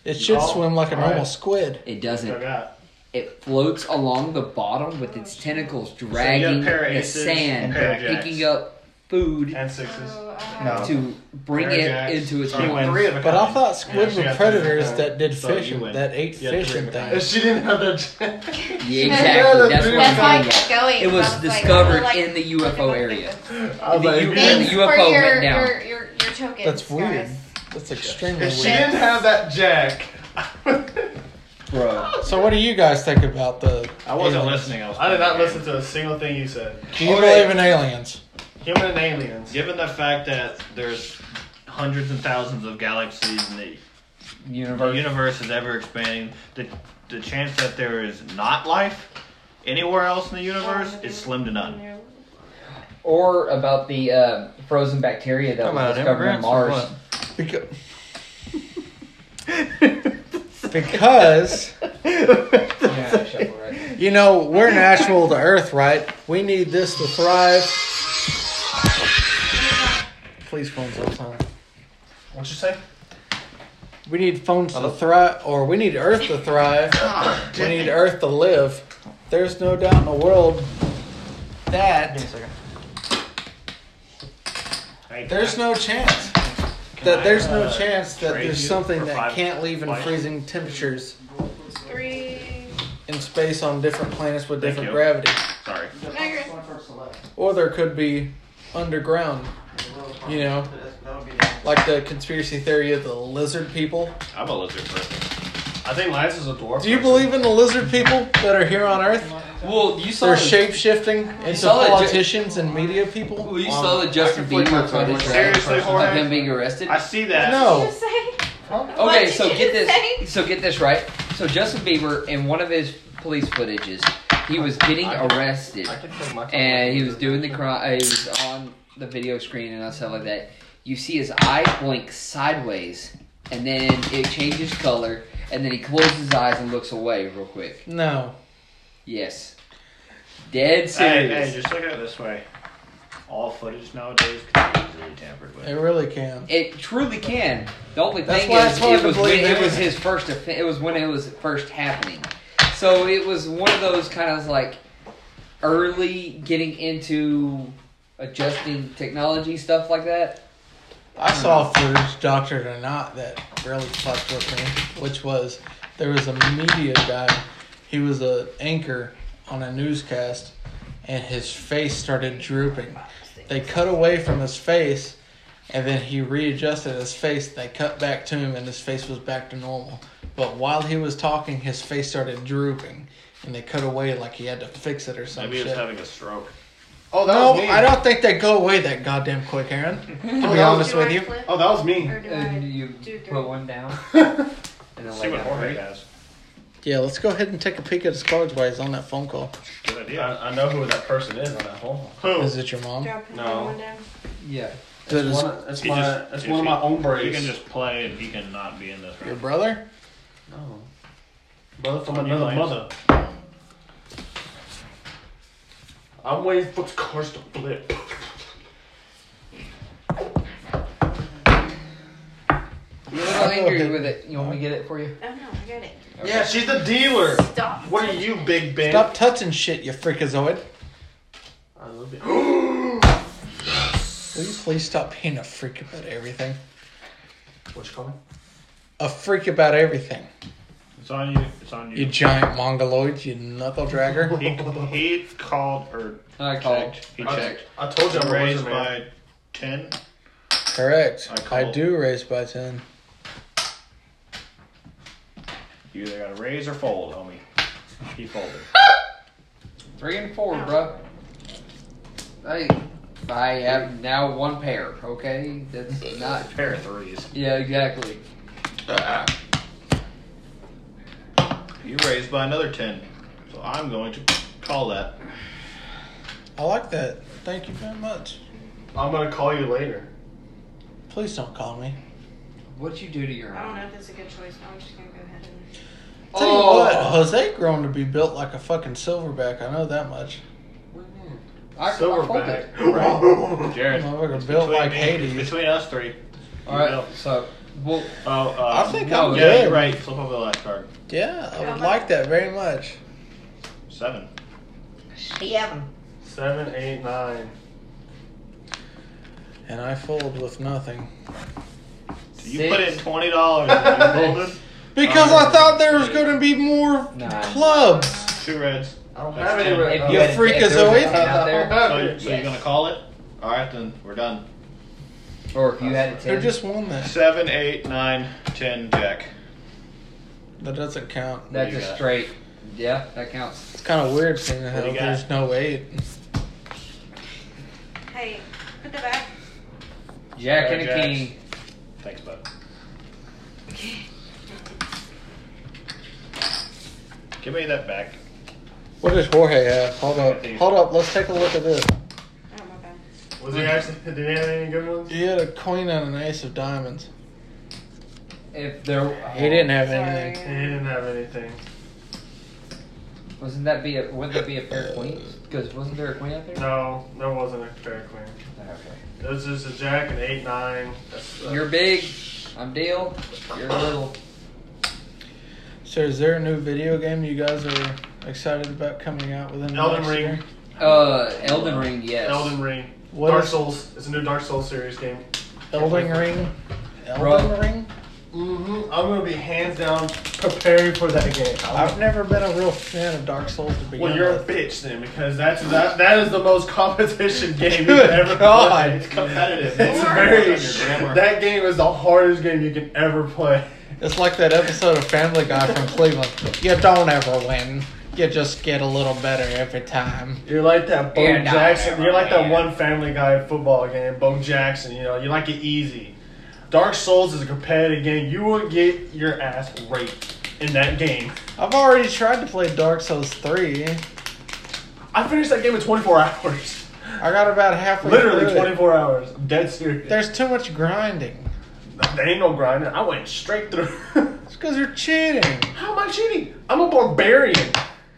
Speaker 1: It should
Speaker 5: Oh,
Speaker 1: swim like a normal
Speaker 5: alright.
Speaker 1: squid.
Speaker 2: It
Speaker 3: I
Speaker 2: doesn't.
Speaker 3: forgot.
Speaker 2: It floats along the bottom with its tentacles
Speaker 3: So you got
Speaker 2: dragging
Speaker 3: a pair of
Speaker 2: the
Speaker 3: aces, a
Speaker 2: sand,
Speaker 3: pair of jacks.
Speaker 2: picking up food
Speaker 5: And sixes.
Speaker 4: So, uh,
Speaker 6: No.
Speaker 2: to bring
Speaker 3: Mary
Speaker 2: it
Speaker 3: Jacks.
Speaker 2: into its
Speaker 3: Oh,
Speaker 2: own.
Speaker 3: three of a
Speaker 1: But I
Speaker 3: kind.
Speaker 1: thought squid
Speaker 3: Yeah, she
Speaker 1: were
Speaker 3: got
Speaker 1: predators
Speaker 3: three.
Speaker 1: that did
Speaker 3: So you
Speaker 1: fishing,
Speaker 3: win.
Speaker 1: that ate
Speaker 3: You got
Speaker 1: fish
Speaker 3: three
Speaker 1: and
Speaker 3: of a kind.
Speaker 5: If
Speaker 1: things.
Speaker 5: she didn't have that.
Speaker 2: Yeah,
Speaker 5: Yeah,
Speaker 2: exactly.
Speaker 5: that's
Speaker 2: That's
Speaker 5: true.
Speaker 2: what
Speaker 4: That's why I
Speaker 2: I'm
Speaker 4: kept
Speaker 2: saying.
Speaker 4: going.
Speaker 2: It was
Speaker 4: I like,
Speaker 2: discovered
Speaker 4: like,
Speaker 2: in the
Speaker 4: look at
Speaker 2: UFO
Speaker 4: my
Speaker 2: area.
Speaker 4: fingers.
Speaker 5: I was
Speaker 2: The
Speaker 5: like,
Speaker 2: U-
Speaker 5: if you
Speaker 2: Thanks.
Speaker 5: didn't-
Speaker 4: Thanks
Speaker 2: UFO
Speaker 4: for
Speaker 2: went
Speaker 4: your,
Speaker 2: down.
Speaker 4: your, your, your tokens.
Speaker 1: That's weird.
Speaker 4: guys.
Speaker 1: That's extremely
Speaker 5: if she
Speaker 1: weird.
Speaker 5: didn't have that jack.
Speaker 2: Bro.
Speaker 1: So what do you guys think about the?
Speaker 3: I wasn't
Speaker 1: aliens?
Speaker 3: listening. I, was
Speaker 5: I did not listen to a single thing you said.
Speaker 1: Do
Speaker 3: Oh,
Speaker 1: you
Speaker 2: Okay.
Speaker 1: believe in aliens?
Speaker 5: Human and aliens.
Speaker 3: Given the fact that there's hundreds and thousands of galaxies and the
Speaker 2: Universe.
Speaker 3: universe is ever expanding, the the chance that there is not life anywhere else in the universe is slim to none.
Speaker 2: Or about the um, frozen bacteria that
Speaker 6: Talking
Speaker 2: was
Speaker 6: about
Speaker 2: discovered on
Speaker 6: immigrants or
Speaker 2: Mars.
Speaker 1: Because,
Speaker 6: what?
Speaker 1: because
Speaker 2: Yeah, shuffle right.
Speaker 1: you know we're natural to Earth, right? We need this to thrive. Please phones all the time.
Speaker 5: What'd you say?
Speaker 1: We need phones to thrive, or we need Earth to thrive. We need Earth to live. There's no doubt in the world
Speaker 6: Give me a
Speaker 1: that
Speaker 6: second.
Speaker 3: Hey,
Speaker 1: there's no chance
Speaker 3: can
Speaker 1: that
Speaker 3: I,
Speaker 1: there's no
Speaker 3: uh,
Speaker 1: chance that
Speaker 3: trade
Speaker 1: there's
Speaker 3: you
Speaker 1: something
Speaker 3: for
Speaker 1: that
Speaker 3: five
Speaker 1: can't leave in
Speaker 3: bites?
Speaker 1: freezing temperatures
Speaker 4: Three.
Speaker 1: in space on different planets with
Speaker 3: Thank
Speaker 1: different
Speaker 3: you.
Speaker 1: gravity.
Speaker 3: Sorry.
Speaker 4: No, you're-
Speaker 1: Or there could be underground, you know, like the conspiracy theory of the lizard people.
Speaker 3: I'm a lizard person.
Speaker 5: I think Lance is a dwarf.
Speaker 1: Do you believe in the lizard people that are here on Earth?
Speaker 2: Well, you saw
Speaker 1: They're
Speaker 2: the-
Speaker 1: shape shifting into
Speaker 2: saw that ju-
Speaker 1: politicians and media people?
Speaker 2: Well, you
Speaker 5: Um,
Speaker 2: saw the Justin
Speaker 5: I can flip my
Speaker 2: Bieber footage
Speaker 5: phone.
Speaker 2: right?
Speaker 5: Seriously,
Speaker 2: of him
Speaker 5: Jorge?
Speaker 2: being arrested.
Speaker 3: I see that.
Speaker 1: No. Oh.
Speaker 4: Did you say?
Speaker 5: Huh?
Speaker 4: What
Speaker 2: Okay,
Speaker 4: did
Speaker 2: so
Speaker 4: you
Speaker 2: get this.
Speaker 4: say?
Speaker 2: So get this right. So Justin Bieber in one of his police footages, he was getting
Speaker 5: I-
Speaker 2: arrested,
Speaker 5: I can take my phone.
Speaker 2: and he was doing the crime. He was on the video screen and stuff like that. You see his eye blink sideways, and then it changes color, and then he closes his eyes and looks away real quick.
Speaker 1: No.
Speaker 2: Yes, dead
Speaker 3: Hey,
Speaker 2: serious.
Speaker 3: hey, just look at it this way. All footage nowadays can be easily tampered with.
Speaker 1: It really can.
Speaker 2: It truly can. The only
Speaker 1: That's
Speaker 2: thing
Speaker 1: why
Speaker 2: is,
Speaker 1: it's hard
Speaker 2: it
Speaker 1: to
Speaker 2: was when
Speaker 1: believe
Speaker 2: it was
Speaker 1: anything.
Speaker 2: his first. Off- it was when it was first happening. So it was one of those kind of like early getting into adjusting technology stuff like that.
Speaker 1: I saw footage, doctored or not, that really fucked with me, which was there was a media guy. He was a anchor on a newscast, and his face started drooping. They cut away from his face, and then he readjusted his face. They cut back to him, and his face was back to normal. But while he was talking, his face started drooping, and they cut away like he had to fix it or some
Speaker 3: Maybe he was
Speaker 1: shit.
Speaker 3: having a stroke.
Speaker 5: Oh, that
Speaker 1: No,
Speaker 5: was me.
Speaker 1: I don't think they go away that goddamn quick, Aaron. To be
Speaker 5: Do
Speaker 1: honest
Speaker 4: Do
Speaker 1: with
Speaker 4: I
Speaker 1: you.
Speaker 4: flip
Speaker 5: Oh, that was me.
Speaker 4: or do
Speaker 2: Uh,
Speaker 4: I-
Speaker 2: you
Speaker 4: do three?
Speaker 2: put one down and then
Speaker 3: See
Speaker 2: lay
Speaker 3: what
Speaker 2: down
Speaker 3: Jorge
Speaker 2: three.
Speaker 3: has.
Speaker 1: Yeah, let's go ahead and take a peek at his cards while he's on that phone call.
Speaker 3: Good idea.
Speaker 5: I, I know who that person is on that phone.
Speaker 3: Who?
Speaker 1: Is it your mom?
Speaker 4: Do I put
Speaker 5: No.
Speaker 4: one down?
Speaker 2: Yeah.
Speaker 1: That is
Speaker 5: One- That's
Speaker 3: He
Speaker 5: my,
Speaker 3: just-
Speaker 5: that's
Speaker 3: if
Speaker 5: one of
Speaker 3: he-
Speaker 5: my hombres.
Speaker 3: He can just play and he can not be in this
Speaker 1: your
Speaker 3: round.
Speaker 1: brother?
Speaker 2: No.
Speaker 5: brother from
Speaker 3: Your
Speaker 5: another
Speaker 3: lines.
Speaker 5: mother. I'm waiting for the cars to flip.
Speaker 2: You're a little angry with it. You want me to get it for you?
Speaker 4: Oh no, I got it.
Speaker 5: Yeah, she's the dealer.
Speaker 4: Stop.
Speaker 5: What are you, Big Ben?
Speaker 1: Stop touching shit, you freakazoid.
Speaker 5: I love it.
Speaker 1: Will you please stop being a freak about everything?
Speaker 5: what you calling?
Speaker 1: A freak about everything.
Speaker 3: It's on you. It's on
Speaker 1: You
Speaker 3: you.
Speaker 1: giant mongoloid, you knuckle dragger.
Speaker 3: He, he called or
Speaker 2: I called.
Speaker 3: checked. He
Speaker 5: I,
Speaker 3: checked.
Speaker 5: I told you I'm a
Speaker 3: Raised
Speaker 5: wizard man.
Speaker 3: by ten.
Speaker 1: Correct.
Speaker 3: I
Speaker 1: I,
Speaker 3: called.
Speaker 1: do raise by 10.
Speaker 3: You either gotta raise or fold, homie. He folded.
Speaker 2: Three and four, bro. I I have now one pair. Okay, that's not.
Speaker 3: Pair of threes.
Speaker 2: Yeah, exactly.
Speaker 3: You raised by another ten. So I'm going to call that.
Speaker 1: I like that. Thank you very much.
Speaker 5: I'm gonna call you later.
Speaker 1: Please don't call me.
Speaker 2: What'd you do to your
Speaker 4: I don't
Speaker 2: arm?
Speaker 4: know if it's a good choice. but I'm just gonna go ahead and.
Speaker 1: Tell you what, Jose grown to be built like a fucking silverback. I know that much.
Speaker 2: I, I folded.
Speaker 5: Silverback.
Speaker 3: Jared.
Speaker 1: Motherfucker
Speaker 3: it's
Speaker 1: built
Speaker 3: between
Speaker 1: like
Speaker 3: me-
Speaker 1: Hades.
Speaker 3: it's Between us three.
Speaker 2: All right,
Speaker 3: No.
Speaker 2: so well,
Speaker 3: Oh, uh,
Speaker 1: I think
Speaker 2: no,
Speaker 1: I'm
Speaker 3: yeah,
Speaker 1: good.
Speaker 3: you're right. Flip over the last card.
Speaker 1: Yeah, I would like that very much.
Speaker 3: Seven.
Speaker 5: Seven, eight, nine.
Speaker 1: and I fooled with nothing.
Speaker 3: So you put in
Speaker 2: Six.
Speaker 3: twenty dollars and you rolled it.
Speaker 1: Because I thought there was going to be more
Speaker 2: Nine.
Speaker 1: clubs.
Speaker 3: Two reds.
Speaker 5: I don't
Speaker 3: That's
Speaker 5: have any
Speaker 3: ten.
Speaker 5: right
Speaker 2: If
Speaker 5: now.
Speaker 2: you
Speaker 1: You
Speaker 2: had-
Speaker 1: freakazoid.
Speaker 2: if there was a ten
Speaker 5: I
Speaker 2: out
Speaker 5: don't
Speaker 2: there,
Speaker 1: Oh,
Speaker 5: have
Speaker 3: So,
Speaker 5: any.
Speaker 3: so you're gonna call it? All right, then we're done.
Speaker 2: or if you had a
Speaker 1: There
Speaker 2: ten,
Speaker 1: just one that
Speaker 3: Seven, eight, nine, ten, jack.
Speaker 1: that doesn't count.
Speaker 2: that's
Speaker 3: you
Speaker 2: a
Speaker 3: got?
Speaker 2: straight. Yeah, that counts.
Speaker 1: It's kind of weird seeing how
Speaker 3: What do you got?
Speaker 1: there's no eight.
Speaker 4: Hey, put the back.
Speaker 2: Jack
Speaker 3: Jack
Speaker 2: and a
Speaker 3: jacks.
Speaker 2: king.
Speaker 3: Thanks, bud. Give me that back.
Speaker 1: What does Jorge have? Hold up,
Speaker 3: Fifteen.
Speaker 1: hold up. Let's take a look at this.
Speaker 4: Oh my bad.
Speaker 5: Was he actually? Did he have any good ones?
Speaker 1: He had a queen and an ace of diamonds.
Speaker 2: If there,
Speaker 1: He didn't have
Speaker 4: Sorry.
Speaker 1: anything.
Speaker 5: He didn't have anything.
Speaker 2: Wasn't that be a? Wouldn't that be a pair of queens? Because wasn't there a queen out there?
Speaker 5: No, there wasn't a fair queen.
Speaker 2: Okay.
Speaker 5: It was just a jack and eight nine. That's, uh,
Speaker 2: You're big. I'm deal. You're little.
Speaker 1: So, is there a new video game you guys are excited about coming out within the
Speaker 5: Elden
Speaker 1: next
Speaker 5: Ring.
Speaker 1: year?
Speaker 2: Uh, Elden Ring. Yes.
Speaker 5: Elden Ring.
Speaker 1: What
Speaker 5: Dark
Speaker 1: is-
Speaker 5: Souls. It's a new Dark Souls series game.
Speaker 1: Elden Ring.
Speaker 2: Bro.
Speaker 1: Elden Ring.
Speaker 5: Mm-hmm. I'm gonna be hands down preparing for that game.
Speaker 1: I've never been a real fan of Dark Souls to begin
Speaker 5: well, you're a
Speaker 1: with.
Speaker 5: bitch then, because that's that, that is the most competition game you've
Speaker 1: Good
Speaker 5: ever
Speaker 1: God.
Speaker 5: played.
Speaker 3: It's competitive.
Speaker 5: It's
Speaker 4: Or-
Speaker 5: very. That game is the hardest game you can ever play.
Speaker 1: It's like that episode of Family Guy from Cleveland. You don't ever win. You just get a little better every time.
Speaker 5: You're like that Bo
Speaker 2: Yeah, nah,
Speaker 5: Jackson. You're like that
Speaker 2: man.
Speaker 5: one Family Guy football game, Bo Jackson. You know, you like it easy. Dark Souls is a competitive game. You will get your ass raped in that game.
Speaker 1: I've already tried to play Dark Souls 3.
Speaker 5: I finished that game in 24 hours.
Speaker 1: I got about halfway
Speaker 5: Literally
Speaker 1: through it.
Speaker 5: 24 hours. I'm dead serious.
Speaker 1: There's too much grinding.
Speaker 5: There ain't no grinding. I went straight through.
Speaker 1: It's because you're cheating.
Speaker 5: How am I cheating? I'm a barbarian.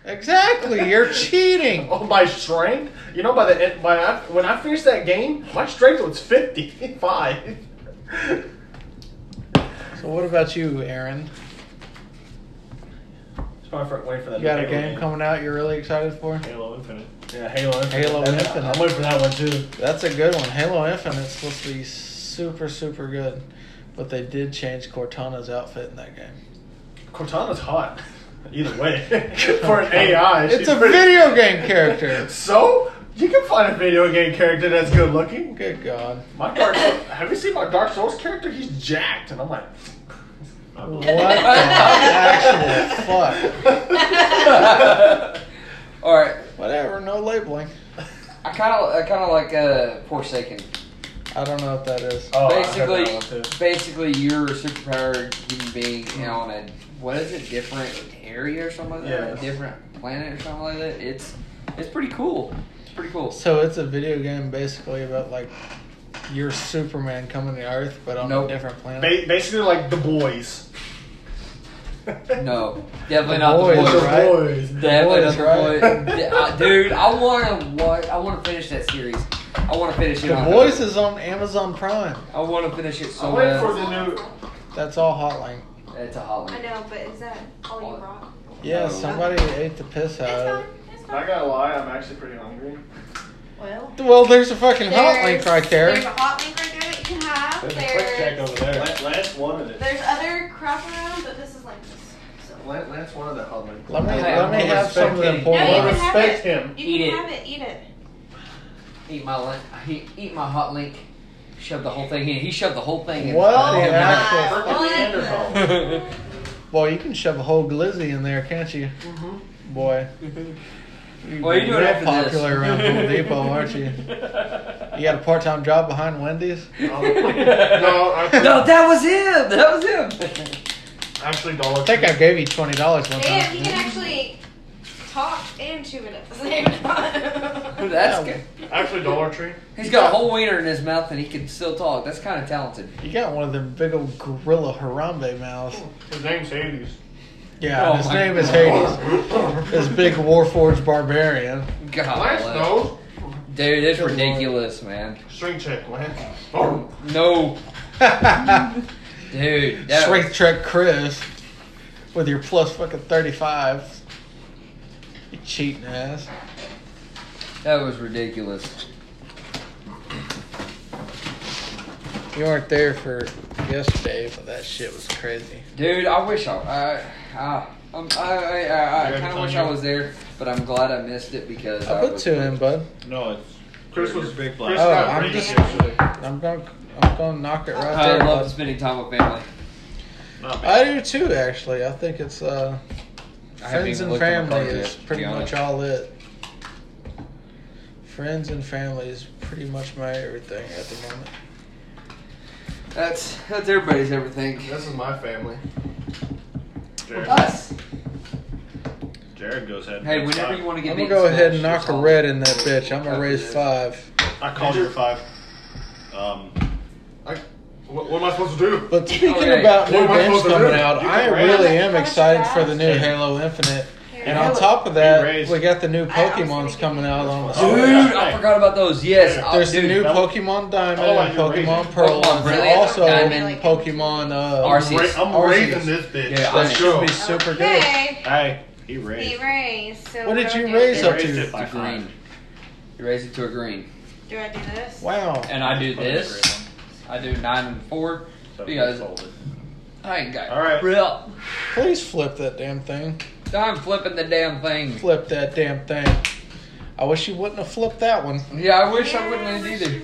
Speaker 1: Exactly, you're cheating.
Speaker 5: Oh, my strength. You know, by the end, by I, when I finished that game, my strength was 55.
Speaker 1: So what about you, Aaron?
Speaker 5: Sorry for waiting for that.
Speaker 1: You got a
Speaker 5: Halo
Speaker 1: game coming out you're really excited for?
Speaker 3: Halo Infinite.
Speaker 5: Yeah, Halo Infinite.
Speaker 1: Halo
Speaker 5: That's-
Speaker 1: Infinite.
Speaker 5: I'm waiting for that one too.
Speaker 1: That's a good one. Halo Infinite's supposed to be super, super good. But they did change Cortana's outfit in that game.
Speaker 5: Cortana's hot. Either way, for an AI,
Speaker 1: It's
Speaker 5: she's
Speaker 1: a
Speaker 5: pretty-
Speaker 1: video game character.
Speaker 5: So you can find a video game character that's good looking.
Speaker 1: Good God.
Speaker 5: My Dark Souls, have you seen my Dark Souls character? He's jacked, and I'm like,
Speaker 1: What the actual fuck?
Speaker 2: All right.
Speaker 1: Whatever, no labeling.
Speaker 2: I kind of, I kind of like uh, Forsaken.
Speaker 1: I don't know what that is.
Speaker 5: oh, I heard
Speaker 2: basically,
Speaker 5: that one, too.
Speaker 2: basically, you're a superpowered human being on a what is it, different area or something like that,
Speaker 5: Yeah.
Speaker 2: a different planet or something like that. It's it's pretty cool. It's pretty cool.
Speaker 1: So it's a video game basically about like you're Superman coming to Earth, but on
Speaker 2: Nope.
Speaker 1: a different planet.
Speaker 5: Ba- basically like the boys.
Speaker 2: No,
Speaker 1: The
Speaker 2: definitely not
Speaker 1: boys,
Speaker 2: the
Speaker 5: the
Speaker 2: boys.
Speaker 1: right?
Speaker 5: boys.
Speaker 2: Definitely
Speaker 1: boys,
Speaker 2: not the
Speaker 1: right?
Speaker 2: boys. D- I- dude, I want to what? I want to finish that series. I want to finish it.
Speaker 1: the
Speaker 2: on
Speaker 1: voice is on Amazon Prime.
Speaker 2: I want to finish it so
Speaker 5: I'm waiting for
Speaker 2: bad.
Speaker 5: the new.
Speaker 1: That's all Hotlink.
Speaker 2: It's a hot
Speaker 4: I
Speaker 2: link.
Speaker 4: know, but is that all you brought?
Speaker 1: Yeah,
Speaker 2: No.
Speaker 1: somebody ate the piss
Speaker 2: Uh,
Speaker 1: out
Speaker 4: It's
Speaker 1: of
Speaker 4: fine.
Speaker 1: it.
Speaker 4: It's
Speaker 5: I
Speaker 4: fine.
Speaker 5: gotta lie, I'm actually pretty hungry.
Speaker 4: Well,
Speaker 1: Well, there's a fucking hot link
Speaker 4: there's-
Speaker 1: right
Speaker 4: There's a
Speaker 1: there.
Speaker 4: hot link right there that you can have.
Speaker 5: There's a quick check
Speaker 4: There's,
Speaker 5: over there.
Speaker 3: Lance, Lance wanted it.
Speaker 4: there's other crap around, but this is like this. So.
Speaker 5: Lance, Lance wanted that hot link.
Speaker 1: Let me
Speaker 2: Hey,
Speaker 1: let me
Speaker 2: I'm
Speaker 1: have some of them
Speaker 2: respecting-
Speaker 1: for
Speaker 4: No,
Speaker 5: Well,
Speaker 4: you
Speaker 1: you.
Speaker 4: can have it.
Speaker 5: respect him.
Speaker 4: You
Speaker 2: Eat
Speaker 4: can have
Speaker 2: it.
Speaker 4: it. Eat it.
Speaker 2: Eat my link. He eat my hot link. Shove the whole thing in. He shoved the whole thing in.
Speaker 1: What
Speaker 2: Oh,
Speaker 1: the
Speaker 2: man.
Speaker 1: actual?
Speaker 4: What the-
Speaker 1: Boy, you can shove a whole glizzy in there, can't you? Boy. You're
Speaker 2: Well, you do it
Speaker 1: real
Speaker 2: after this.
Speaker 1: popular around Home Depot, aren't you? You got a part-time job behind Wendy's.
Speaker 5: No, I
Speaker 2: No, Oh, that was him. That was him.
Speaker 5: actually Dollar
Speaker 1: I think I gave you twenty dollars one
Speaker 4: Damn,
Speaker 1: time.
Speaker 4: he can actually talk and chew it at the same time.
Speaker 2: That's good.
Speaker 5: actually Dollar Tree.
Speaker 2: He's got a whole wiener in his mouth and he can still talk. That's kind of talented.
Speaker 1: You got one of them big old gorilla Harambe mouths.
Speaker 5: His name's Hades.
Speaker 1: Yeah,
Speaker 2: Oh
Speaker 1: his
Speaker 2: my
Speaker 1: name is
Speaker 2: God.
Speaker 1: Hades. This big Warforged barbarian.
Speaker 2: God,
Speaker 5: Lance
Speaker 2: bless.
Speaker 5: knows.
Speaker 2: dude, it's
Speaker 1: Good lord.
Speaker 2: ridiculous, man.
Speaker 5: String check, Lance. Oh,
Speaker 2: No, dude, that
Speaker 1: Strength check Chris with your plus fucking 35. You cheating ass.
Speaker 2: that was ridiculous.
Speaker 1: You weren't there for yesterday, but that shit was crazy.
Speaker 2: Dude, I wish I, I, I, um, I, I, I, I
Speaker 3: You're
Speaker 2: kind of
Speaker 3: on
Speaker 2: wish
Speaker 3: time.
Speaker 2: I was there, but I'm glad I missed it because
Speaker 1: I
Speaker 2: was
Speaker 1: put two in, bud.
Speaker 3: No, it's
Speaker 5: Chris was
Speaker 3: big
Speaker 5: Chris
Speaker 1: Oh,
Speaker 5: got
Speaker 1: I'm
Speaker 5: raped
Speaker 1: just-
Speaker 5: yesterday.
Speaker 1: I'm gonna I'm gonna knock it right
Speaker 2: I
Speaker 1: there.
Speaker 2: love
Speaker 1: Bud.
Speaker 2: spending time with family.
Speaker 3: Not
Speaker 1: I
Speaker 3: big.
Speaker 1: do too, actually. I think it's uh,
Speaker 2: I haven't
Speaker 1: friends and
Speaker 2: even looked at my
Speaker 1: family
Speaker 2: cards yet,
Speaker 1: is
Speaker 2: to be
Speaker 1: pretty much
Speaker 2: honest.
Speaker 1: all it. Friends and family is pretty much my everything at the moment.
Speaker 2: That's that's everybody's everything.
Speaker 5: This is my family.
Speaker 3: Jared,
Speaker 2: Us.
Speaker 3: Jared goes ahead. and
Speaker 2: Hey,
Speaker 3: picks
Speaker 2: whenever
Speaker 3: up.
Speaker 2: you want to
Speaker 1: I'm
Speaker 2: get
Speaker 1: gonna
Speaker 2: me
Speaker 1: go
Speaker 2: some
Speaker 1: ahead and
Speaker 2: shit,
Speaker 1: knock a
Speaker 2: I'll-
Speaker 1: red in that bitch. I'm gonna
Speaker 2: I'll
Speaker 1: raise
Speaker 2: do it.
Speaker 1: five.
Speaker 3: I called you five. Um,
Speaker 5: I, what, what am I supposed to do?
Speaker 1: But speaking
Speaker 2: Alright.
Speaker 1: about new
Speaker 5: What am I
Speaker 1: games
Speaker 5: supposed to
Speaker 1: coming
Speaker 5: do?
Speaker 1: out,
Speaker 5: You
Speaker 1: I
Speaker 5: can
Speaker 1: really
Speaker 4: raise-
Speaker 1: am excited for the new
Speaker 3: Hey.
Speaker 1: Halo Infinite.
Speaker 4: Here.
Speaker 1: And on top of that,
Speaker 3: raised-
Speaker 1: we got the new
Speaker 4: I- I was
Speaker 1: Pokemon's
Speaker 4: thinking-
Speaker 1: coming out along with
Speaker 3: Oh,
Speaker 2: Dude,
Speaker 3: yeah.
Speaker 2: I forgot about those. Yes,
Speaker 5: Yeah.
Speaker 2: I'll-
Speaker 1: There's the
Speaker 2: dude,
Speaker 1: new
Speaker 3: that-
Speaker 1: Pokemon Diamond
Speaker 3: Oh, I
Speaker 1: and
Speaker 3: do raise
Speaker 1: Pokemon
Speaker 3: it.
Speaker 1: Pearl.
Speaker 2: Pokemon
Speaker 1: and
Speaker 2: Brilliant,
Speaker 1: also
Speaker 2: Diamond.
Speaker 1: Pokemon uh,
Speaker 2: Arceus.
Speaker 5: I'm, ra- I'm
Speaker 1: Arceus.
Speaker 5: raising this bitch.
Speaker 2: Yeah,
Speaker 5: Let's
Speaker 2: Arceus.
Speaker 5: go.
Speaker 1: should be super good.
Speaker 4: okay.
Speaker 3: hey, he raised.
Speaker 4: He raised. So
Speaker 1: What did
Speaker 4: do
Speaker 1: you
Speaker 4: I do?
Speaker 1: raise
Speaker 3: He
Speaker 1: up
Speaker 3: raised
Speaker 1: to?
Speaker 3: it by
Speaker 2: to green.
Speaker 3: five.
Speaker 2: You raise it to a green,
Speaker 4: Do I do this?
Speaker 1: Wow.
Speaker 2: and I do
Speaker 3: Put it
Speaker 2: this.
Speaker 3: in
Speaker 2: I do nine and four.
Speaker 3: green. So
Speaker 2: Because-
Speaker 3: he folded.
Speaker 2: I ain't got.
Speaker 3: All right.
Speaker 2: Real.
Speaker 1: Please flip that damn thing.
Speaker 2: I'm flipping the damn thing.
Speaker 1: Flip that damn thing. I wish you wouldn't have flipped that one.
Speaker 2: Yeah, I wish I wouldn't have either.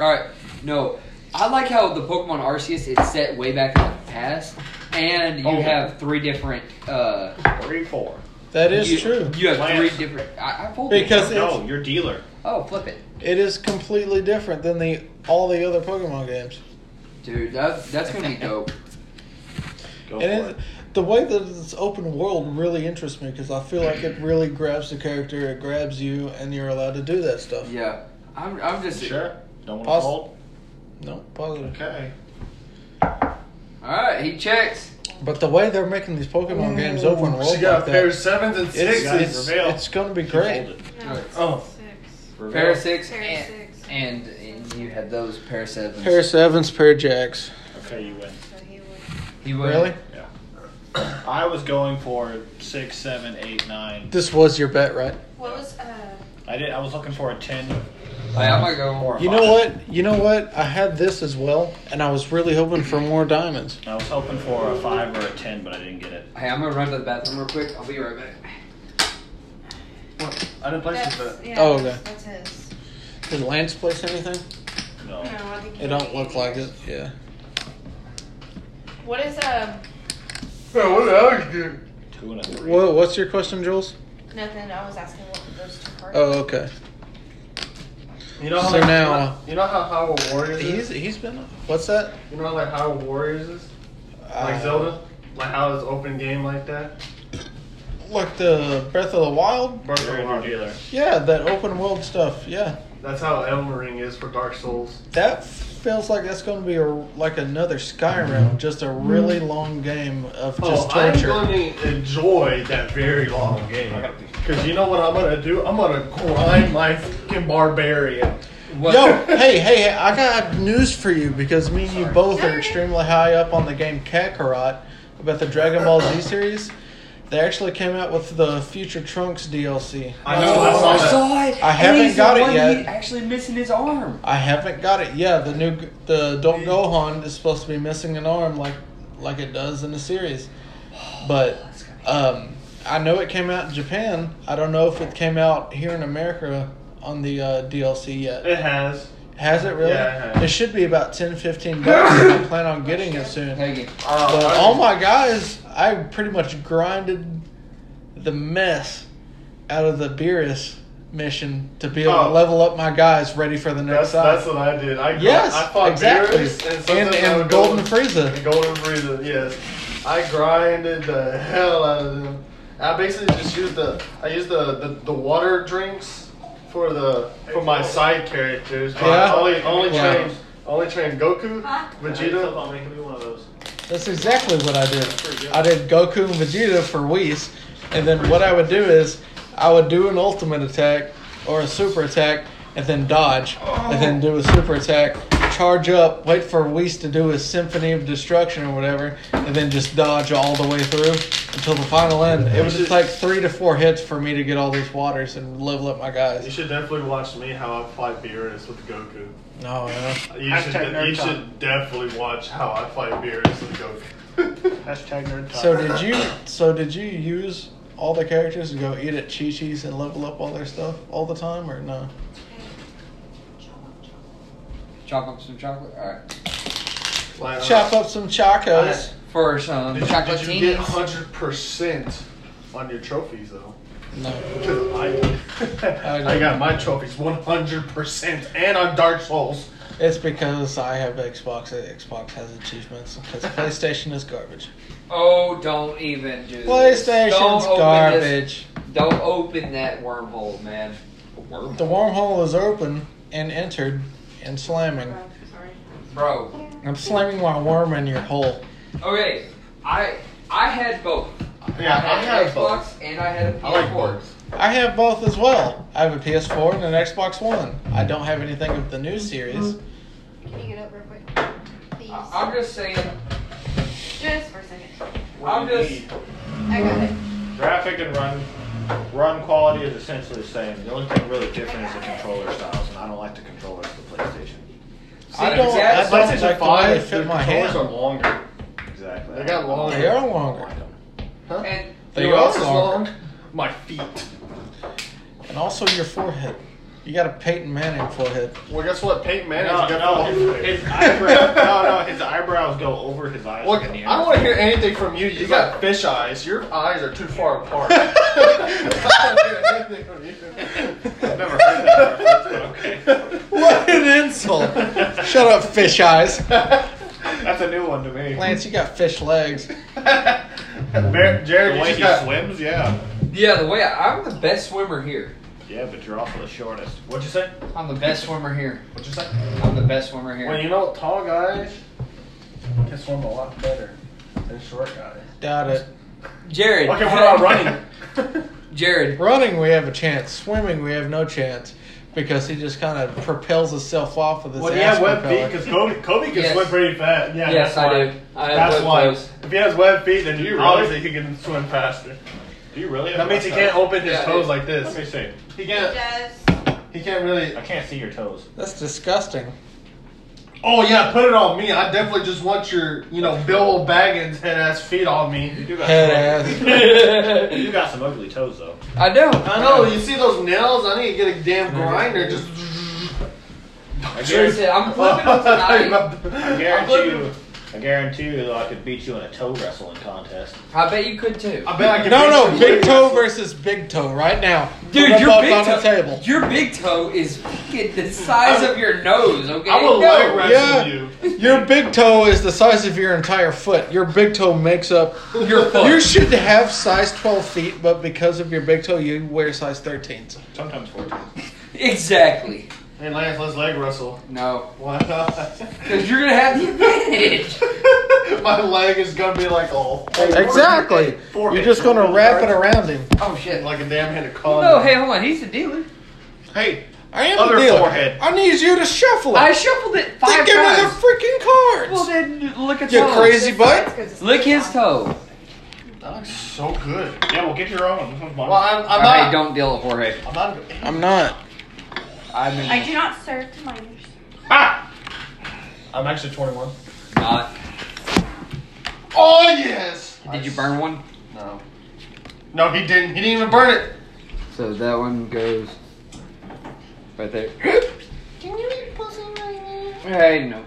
Speaker 2: Alright, no. I like how the Pokemon Arceus is set way back in the past, and you
Speaker 3: Oh, yeah.
Speaker 2: have three different. uh
Speaker 3: Three, four.
Speaker 1: That is
Speaker 2: you,
Speaker 1: true.
Speaker 2: You have
Speaker 3: Lance.
Speaker 2: three different. I, I pulled
Speaker 1: Because
Speaker 2: it.
Speaker 1: it's,
Speaker 3: No, your dealer.
Speaker 2: Oh, flip it,
Speaker 1: it is completely different than the all the other Pokemon games.
Speaker 2: dude. That, that's gonna be dope.
Speaker 3: Go for
Speaker 1: And
Speaker 3: it.
Speaker 1: it, the way that it's open world really interests me because I feel like it really grabs the character, it grabs you, and you're allowed to do that stuff.
Speaker 2: Yeah, I'm. I'm just
Speaker 3: Sure. Don't want to
Speaker 1: Pause.
Speaker 3: fold.
Speaker 1: No, positive.
Speaker 3: Okay.
Speaker 2: All right, he checks.
Speaker 1: But the way they're making these Pokemon games open world
Speaker 5: She got
Speaker 1: like
Speaker 5: a pair of
Speaker 1: that,
Speaker 5: sevens and
Speaker 1: it's,
Speaker 5: sixes.
Speaker 3: guys,
Speaker 1: it's,
Speaker 3: reveal.
Speaker 1: it's going to be
Speaker 3: He
Speaker 1: great.
Speaker 3: folded.
Speaker 4: No, it's
Speaker 5: Oh.
Speaker 4: six.
Speaker 3: Reveal.
Speaker 2: Pair of six,
Speaker 4: Pair of
Speaker 2: and,
Speaker 4: six.
Speaker 2: and and you had those pair of sevens.
Speaker 1: Pair of sevens, pair of jacks.
Speaker 3: Okay, you win.
Speaker 4: So he would.
Speaker 2: He went-
Speaker 1: Really?
Speaker 3: I was going for six, seven, eight, nine.
Speaker 1: This was your bet, right?
Speaker 4: What was uh?
Speaker 3: I did. I was looking for a ten.
Speaker 2: Hey, I'm gonna go.
Speaker 3: Or a
Speaker 1: You know
Speaker 3: five.
Speaker 1: what? You know what? I had this as well, and I was really hoping for more diamonds.
Speaker 3: I was hoping for a five or a ten, but I didn't get it.
Speaker 2: Hey, I'm gonna run to the bathroom real quick. I'll be right back.
Speaker 5: I didn't place this bet.
Speaker 4: That's, yeah,
Speaker 1: Oh, okay.
Speaker 4: That's his.
Speaker 1: Did Lance place anything?
Speaker 3: No.
Speaker 4: No, I think he
Speaker 1: It don't
Speaker 4: did.
Speaker 1: look like it. Yeah.
Speaker 4: What is um?
Speaker 5: Yeah, what did Alex do?
Speaker 3: Two and a three.
Speaker 1: Whoa, what's your question, Jules?
Speaker 4: Nothing. I was asking what those two parts.
Speaker 1: Oh, okay.
Speaker 5: You know how
Speaker 1: So
Speaker 5: like,
Speaker 1: now-
Speaker 5: you know how Hyrule Warriors
Speaker 1: He's
Speaker 5: is?
Speaker 1: he's been. What's that?
Speaker 5: You know how like Hyrule Warriors is? Like
Speaker 1: Uh,
Speaker 5: Zelda? Like how it's open game like that?
Speaker 1: Like the Breath of the Wild?
Speaker 5: Breath of the
Speaker 3: You're in your
Speaker 5: Wild.
Speaker 3: dealer.
Speaker 1: Yeah, that open world stuff. Yeah,
Speaker 5: That's how Elden Ring is for Dark Souls.
Speaker 1: that feels like that's going to be a, like another Skyrim, just a really long game of just
Speaker 5: oh, I'm
Speaker 1: torture.
Speaker 5: going to enjoy that very long game. Because you know what I'm going to do? I'm going to grind my fucking barbarian.
Speaker 2: What?
Speaker 1: Yo, hey, hey, hey, I got news for you because me and you both are
Speaker 4: Sorry.
Speaker 1: extremely high up on the game Kakarot about the Dragon Ball Z series. They actually came out with the Future Trunks DLC.
Speaker 5: I know, I saw
Speaker 2: I
Speaker 5: that.
Speaker 2: saw it.
Speaker 1: I
Speaker 2: and
Speaker 1: haven't
Speaker 2: he's the
Speaker 1: got it
Speaker 2: one
Speaker 1: yet.
Speaker 2: He's actually missing his arm.
Speaker 1: I haven't got it. Yeah, the new the Don't Gohan is supposed to be missing an arm like like it does in the series. But
Speaker 2: That's gonna be-
Speaker 1: um, I know it came out in Japan. I don't know if it came out here in America on the uh, DLC yet.
Speaker 5: It has.
Speaker 1: Has it really?
Speaker 5: Yeah, it has.
Speaker 1: It should be about 10, 15 bucks. and I plan on getting it soon.
Speaker 5: Oh,
Speaker 2: Thank you.
Speaker 1: But all my guys, I pretty much grinded the mess out of the Beerus mission to be able to
Speaker 5: Oh.
Speaker 1: level up my guys ready for the next
Speaker 5: That's,
Speaker 1: side.
Speaker 5: that's what I did. I,
Speaker 1: Yes,
Speaker 5: I fought
Speaker 1: exactly.
Speaker 5: Beerus, and,
Speaker 1: and,
Speaker 5: sometimes I
Speaker 1: and
Speaker 5: would go-
Speaker 1: Golden
Speaker 5: The
Speaker 1: Frieza.
Speaker 5: Golden Frieza, yes. I grinded the hell out of them. I basically just used the I used the, the, the water drinks for the for my side characters. But I
Speaker 1: Yeah.
Speaker 5: Uh, only only
Speaker 1: Yeah.
Speaker 5: trained only trained Goku,
Speaker 4: Huh?
Speaker 5: Vegeta.
Speaker 3: I'll make me one of those.
Speaker 1: That's exactly what I did. I did Goku and Vegeta for Whis, and then what I would do is I would do an ultimate attack or a super attack, and then dodge, and then do a super attack, charge up, wait for Whis to do his symphony of destruction or whatever, and then just dodge all the way through until the final end. It would just take three to four hits for me to get all these waters and level up my
Speaker 5: You
Speaker 1: guys.
Speaker 5: should definitely watch me how I fight Beerus with Goku.
Speaker 1: No, yeah.
Speaker 5: You
Speaker 8: Hashtag
Speaker 5: should,
Speaker 8: nerd
Speaker 5: you
Speaker 8: talk.
Speaker 5: should definitely watch how I fight Beerus with Goku.
Speaker 8: Hashtag nerd talk.
Speaker 1: So did you? So did you use all the characters and go eat at Chi Chi's and level up all their stuff all the time, or no?
Speaker 2: Chop up some chocolate. All right.
Speaker 5: like, uh,
Speaker 1: Chop up some chacos.
Speaker 2: For some
Speaker 5: Did you,
Speaker 2: chocolate
Speaker 5: did you get 100% on your trophies though?
Speaker 1: No.
Speaker 5: I, I got my trophies 100% and on Dark Souls.
Speaker 1: It's because I have Xbox. and Xbox has achievements because PlayStation is garbage.
Speaker 2: Oh, don't even do this. Don't
Speaker 1: PlayStation's
Speaker 2: open this-
Speaker 1: garbage.
Speaker 2: Don't open that wormhole, man. Wormhole.
Speaker 1: The wormhole is open and entered and slamming.
Speaker 4: Sorry.
Speaker 2: Bro.
Speaker 1: I'm slamming my worm in your hole.
Speaker 2: Okay. I I had both.
Speaker 5: Yeah,
Speaker 2: I
Speaker 5: I
Speaker 2: had
Speaker 5: have
Speaker 2: Xbox
Speaker 5: both.
Speaker 2: and I had a PS4.
Speaker 5: I like both.
Speaker 1: I have both as well. I have a PS4 and an Xbox One. I don't have anything of the new series.
Speaker 5: Mm-hmm.
Speaker 4: Can you get up real quick? Please.
Speaker 2: I- I'm just saying.
Speaker 4: Just for a second.
Speaker 2: I'm
Speaker 3: What do you
Speaker 2: just.
Speaker 3: need?
Speaker 4: I got it.
Speaker 3: Graphic and run run quality is essentially the same. The only thing really different is the controller styles, and I don't like the controllers for PlayStation.
Speaker 1: I
Speaker 2: See,
Speaker 1: don't.
Speaker 2: that's-
Speaker 1: I don't like the way they fit
Speaker 5: the
Speaker 1: my
Speaker 5: controllers
Speaker 1: hand.
Speaker 5: are longer.
Speaker 3: Exactly.
Speaker 5: They got long-
Speaker 1: They are
Speaker 3: I don't
Speaker 1: longer.
Speaker 3: like them.
Speaker 5: Huh?
Speaker 2: And
Speaker 1: They
Speaker 5: You know
Speaker 1: are
Speaker 5: what else is
Speaker 1: longer.
Speaker 5: My feet.
Speaker 1: And also your forehead. You got a Peyton Manning forehead.
Speaker 5: Well, guess what? Peyton Manning's
Speaker 3: No, no,
Speaker 5: got the whole
Speaker 3: his, his eyebrow, no, no, his eyebrows go over his eyes.
Speaker 5: Look,
Speaker 3: in the
Speaker 5: I don't want to hear anything from you. You
Speaker 3: He's
Speaker 5: got
Speaker 3: like-
Speaker 5: fish eyes. Your eyes are too far apart. I don't wanna hear anything from you.
Speaker 3: I've never heard that reference, but okay.
Speaker 1: What an insult! Shut up, fish eyes.
Speaker 3: That's a new one to me.
Speaker 1: Lance, you got fish legs.
Speaker 5: Mar- Jared,
Speaker 3: the
Speaker 5: you
Speaker 3: way
Speaker 5: just
Speaker 3: he
Speaker 5: got,
Speaker 3: swims, yeah.
Speaker 2: yeah, the way I, I'm the best swimmer here.
Speaker 3: Yeah, but you're also the shortest. What'd you say?
Speaker 2: I'm the best swimmer here.
Speaker 3: What'd you say?
Speaker 2: I'm the best swimmer here.
Speaker 5: well, you know, tall guys can swim a lot better than short guys.
Speaker 1: Doubt it.
Speaker 2: Jared.
Speaker 5: Okay, we're not running.
Speaker 2: Jared.
Speaker 1: Running, we have a chance. Swimming, we have no chance because he just kind of propels himself off with his
Speaker 5: well,
Speaker 1: ass
Speaker 5: yeah, web feet
Speaker 1: propeller.
Speaker 5: because Kobe, Kobe can
Speaker 2: Yes.
Speaker 5: swim pretty fast. Yeah,
Speaker 2: Yes,
Speaker 5: that's
Speaker 2: I
Speaker 5: why.
Speaker 2: do. I have
Speaker 5: That's
Speaker 2: web
Speaker 5: why.
Speaker 2: toes.
Speaker 5: If he has web feet, then
Speaker 3: Do you
Speaker 5: you
Speaker 3: really?
Speaker 5: obviously he can swim faster.
Speaker 3: Do you really?
Speaker 5: That means he can't open his
Speaker 2: Yeah,
Speaker 5: toes
Speaker 2: it-
Speaker 5: like
Speaker 3: Let me
Speaker 5: this.
Speaker 3: see.
Speaker 5: He
Speaker 4: He
Speaker 5: can't.
Speaker 4: does.
Speaker 5: He can't really.
Speaker 3: I can't see your toes.
Speaker 1: That's disgusting.
Speaker 5: Oh yeah, put it on me. I definitely just want your, you know, Bill Baggins head ass feet on
Speaker 3: You
Speaker 5: me.
Speaker 3: do got
Speaker 1: Head
Speaker 3: some ugly, You
Speaker 2: I
Speaker 3: got some ugly toes though.
Speaker 2: know.
Speaker 5: I know. Oh, You see those nails? I need to get a damn grinder. Just.
Speaker 3: I
Speaker 2: Jared said,
Speaker 3: guarantee,
Speaker 2: I'm flipping them tonight.
Speaker 3: I guarantee you. I guarantee you, though, I could beat you in a toe wrestling contest.
Speaker 2: I bet you could too.
Speaker 5: I bet I can.
Speaker 1: No,
Speaker 5: beat
Speaker 1: no,
Speaker 5: you.
Speaker 1: big toe versus big toe right now. Put
Speaker 2: Dude,
Speaker 1: them
Speaker 2: your
Speaker 1: both
Speaker 2: big,
Speaker 1: on
Speaker 2: toe,
Speaker 1: the table.
Speaker 2: your big toe is fucking the size of your nose, okay?
Speaker 5: I will leg wrestle
Speaker 1: Yeah.
Speaker 5: you.
Speaker 1: Your big toe is the size of your entire foot. Your big toe makes up your foot. You should have size 12 feet, but because of your big toe, you wear size 13s.
Speaker 3: Sometimes fourteen.
Speaker 2: Exactly.
Speaker 5: Hey Lance, let's leg wrestle.
Speaker 2: No.
Speaker 5: Why not?
Speaker 2: Because you're going to have the advantage.
Speaker 5: My leg is gonna be like all
Speaker 1: Exactly. You're just going to wrap it around him.
Speaker 2: Oh, shit.
Speaker 5: like a damn head of
Speaker 2: Oh,
Speaker 5: condom.
Speaker 2: no, hey, hold on. He's the dealer.
Speaker 5: hey,
Speaker 1: I am
Speaker 3: Other
Speaker 1: the dealer.
Speaker 3: forehead.
Speaker 1: I need you to shuffle it.
Speaker 2: I shuffled it
Speaker 1: Then
Speaker 2: five
Speaker 1: give me the
Speaker 2: times.
Speaker 1: freaking cards.
Speaker 2: Well, then look at
Speaker 1: You
Speaker 2: Tom.
Speaker 1: crazy
Speaker 4: That's
Speaker 1: butt.
Speaker 4: 'cause it's
Speaker 2: Lick his toe.
Speaker 5: that looks so good.
Speaker 3: Yeah, well, get your own. This one's mine.
Speaker 5: Well, I'm, I'm
Speaker 2: All right,
Speaker 5: not.
Speaker 2: don't deal with Jorge.
Speaker 5: I'm not.
Speaker 1: I'm not.
Speaker 2: I'm
Speaker 4: I do not serve to minors.
Speaker 5: I'm actually 21.
Speaker 2: not.
Speaker 5: Oh yes.
Speaker 2: Did you burn one?
Speaker 5: No. No, he didn't. He didn't even burn it.
Speaker 2: So that one goes right there.
Speaker 4: Can you eat pussy right
Speaker 2: Hey, no.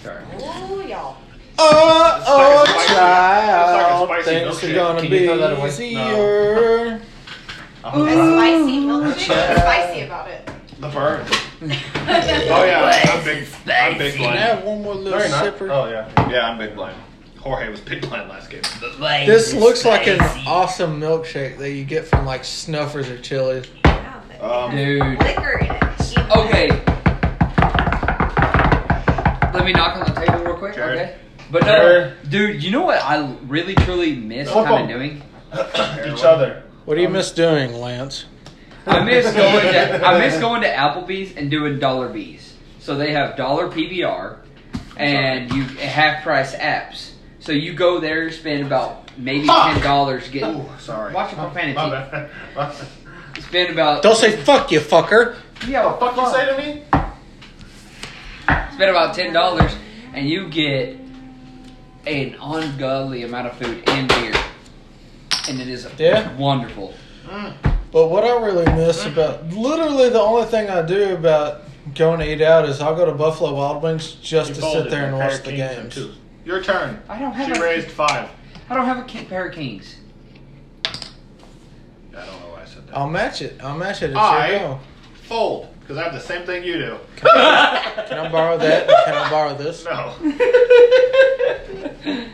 Speaker 2: Sorry.
Speaker 4: now? Ooh, y'all.
Speaker 1: Uh
Speaker 3: like a
Speaker 1: oh,
Speaker 3: spicy-
Speaker 1: child.
Speaker 3: it's like a spicy
Speaker 1: Things are
Speaker 3: milkshake.
Speaker 1: gonna
Speaker 5: Can
Speaker 1: be
Speaker 5: you throw that away?
Speaker 1: easier.
Speaker 4: A spicy milkshake. What's spicy about it?
Speaker 3: The burn. Oh yeah, I'm big. I'm big
Speaker 1: Can I
Speaker 3: blind.
Speaker 1: have one more little
Speaker 5: Very nice.
Speaker 1: sipper?
Speaker 5: Oh yeah.
Speaker 3: Yeah, I'm big blind. Jorge was big blind last game.
Speaker 1: This looks like an awesome milkshake that you get from like Snuffers or Chili's.
Speaker 4: Wow, that
Speaker 3: Um,
Speaker 4: has
Speaker 2: Dude.
Speaker 4: Liquor in it. Even
Speaker 2: Okay. Let me knock on the table real quick,
Speaker 3: Jared.
Speaker 2: okay? But no,
Speaker 5: Jared.
Speaker 2: dude, you know what I really truly miss
Speaker 5: Fuck
Speaker 2: kind
Speaker 5: 'em.
Speaker 2: of doing?
Speaker 5: Each other.
Speaker 1: What do
Speaker 3: Um,
Speaker 1: you miss doing, Lance?
Speaker 2: I miss going to I miss going to Applebee's and doing dollar bees. So they have dollar PBR and you half price apps. So you go there, spend about maybe
Speaker 5: Fuck.
Speaker 2: ten dollars getting
Speaker 5: Ooh, sorry.
Speaker 2: Watch it for profanity.
Speaker 5: My bad. My bad.
Speaker 2: Spend about
Speaker 1: Don't say fuck you, fucker.
Speaker 2: yeah,
Speaker 5: What the fuck you say to me?
Speaker 2: spend about ten dollars and you get an ungodly amount of food and beer, and it is
Speaker 1: Yeah.
Speaker 2: wonderful.
Speaker 1: But what I really miss about literally the only thing I do about going to eat out is I'll go to Buffalo Wild Wings just
Speaker 3: You
Speaker 1: to
Speaker 3: folded
Speaker 1: sit there and
Speaker 3: pair
Speaker 1: watch
Speaker 3: of
Speaker 1: the
Speaker 3: kings and
Speaker 1: games.
Speaker 3: twos. Your turn.
Speaker 2: I don't have
Speaker 3: She
Speaker 2: a-
Speaker 3: raised five.
Speaker 2: I don't have a ki- pair of kings.
Speaker 3: I don't know why I said that.
Speaker 1: I'll match it. I'll match it. It's
Speaker 3: I-
Speaker 1: your go.
Speaker 3: Fold, because I have the same thing you do.
Speaker 1: Can I borrow that? Can I borrow this?
Speaker 3: No. On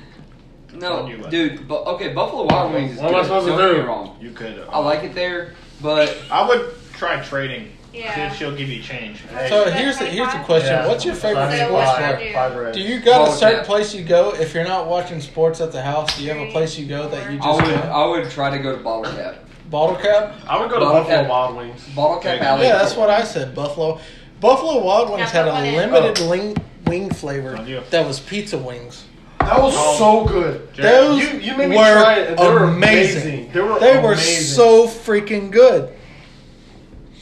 Speaker 3: you,
Speaker 2: No,
Speaker 3: Wes.
Speaker 2: dude. Bu- okay, Buffalo Wild Wings is
Speaker 5: What am I
Speaker 2: good,
Speaker 5: supposed to
Speaker 2: don't get me
Speaker 5: do?
Speaker 2: wrong.
Speaker 3: You could. uh,
Speaker 2: I like it there, but
Speaker 3: I would try trading.
Speaker 4: Yeah.
Speaker 3: See if she'll give you change.
Speaker 1: So here's the here's the question.
Speaker 5: Yeah.
Speaker 1: What's your favorite
Speaker 5: Five,
Speaker 4: Say
Speaker 1: sports
Speaker 4: what?
Speaker 1: bar?
Speaker 5: five, five reds.
Speaker 1: Do you got a
Speaker 2: Ball
Speaker 1: certain
Speaker 2: cap.
Speaker 1: place you go if you're not watching sports at the house? Do you have a place you go that you
Speaker 2: I
Speaker 1: just
Speaker 2: would
Speaker 1: go?
Speaker 2: I would try to go to Bottle Cap.
Speaker 1: Bottle cap?
Speaker 5: I would go to
Speaker 2: Well,
Speaker 5: Buffalo
Speaker 2: okay.
Speaker 5: Wild Wings.
Speaker 2: Bottle Cap
Speaker 3: Okay.
Speaker 2: Alley.
Speaker 1: Yeah, that's what I said. Buffalo, Buffalo Wild Wings
Speaker 4: Now
Speaker 1: had
Speaker 4: put
Speaker 1: a
Speaker 4: one in.
Speaker 1: limited ling- wing flavor
Speaker 3: On you.
Speaker 1: that was pizza wings.
Speaker 5: That was so good.
Speaker 3: Jared,
Speaker 1: Those
Speaker 5: You, you made me
Speaker 1: were
Speaker 5: try it. and They were
Speaker 1: amazing.
Speaker 5: amazing. They were
Speaker 1: They were
Speaker 5: amazing.
Speaker 1: so freaking good.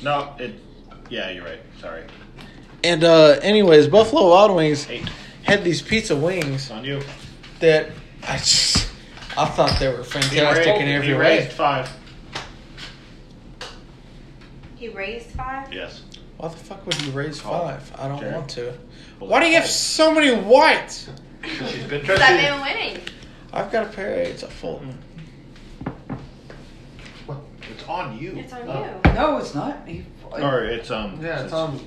Speaker 3: No, it. Yeah, you're right. Sorry.
Speaker 1: And uh, anyways, Buffalo Wild Wings
Speaker 3: Eight.
Speaker 1: had these pizza wings
Speaker 3: It's on you.
Speaker 1: that I just, I thought they were
Speaker 3: He raised,
Speaker 1: fantastic in
Speaker 3: he
Speaker 1: every way.
Speaker 3: raised five.
Speaker 4: He raised five?
Speaker 3: Yes.
Speaker 1: Why the fuck would you raise
Speaker 3: Call.
Speaker 1: five? I don't
Speaker 3: Jared.
Speaker 1: want to. Why do you have so many whites?
Speaker 3: She's been
Speaker 4: Seven winning.
Speaker 1: I've got a pair of eights. I fold.
Speaker 3: It's on you.
Speaker 4: It's on
Speaker 5: Oh.
Speaker 4: you.
Speaker 2: No, it's not. He,
Speaker 3: Or it's um.
Speaker 5: Yeah, it's um.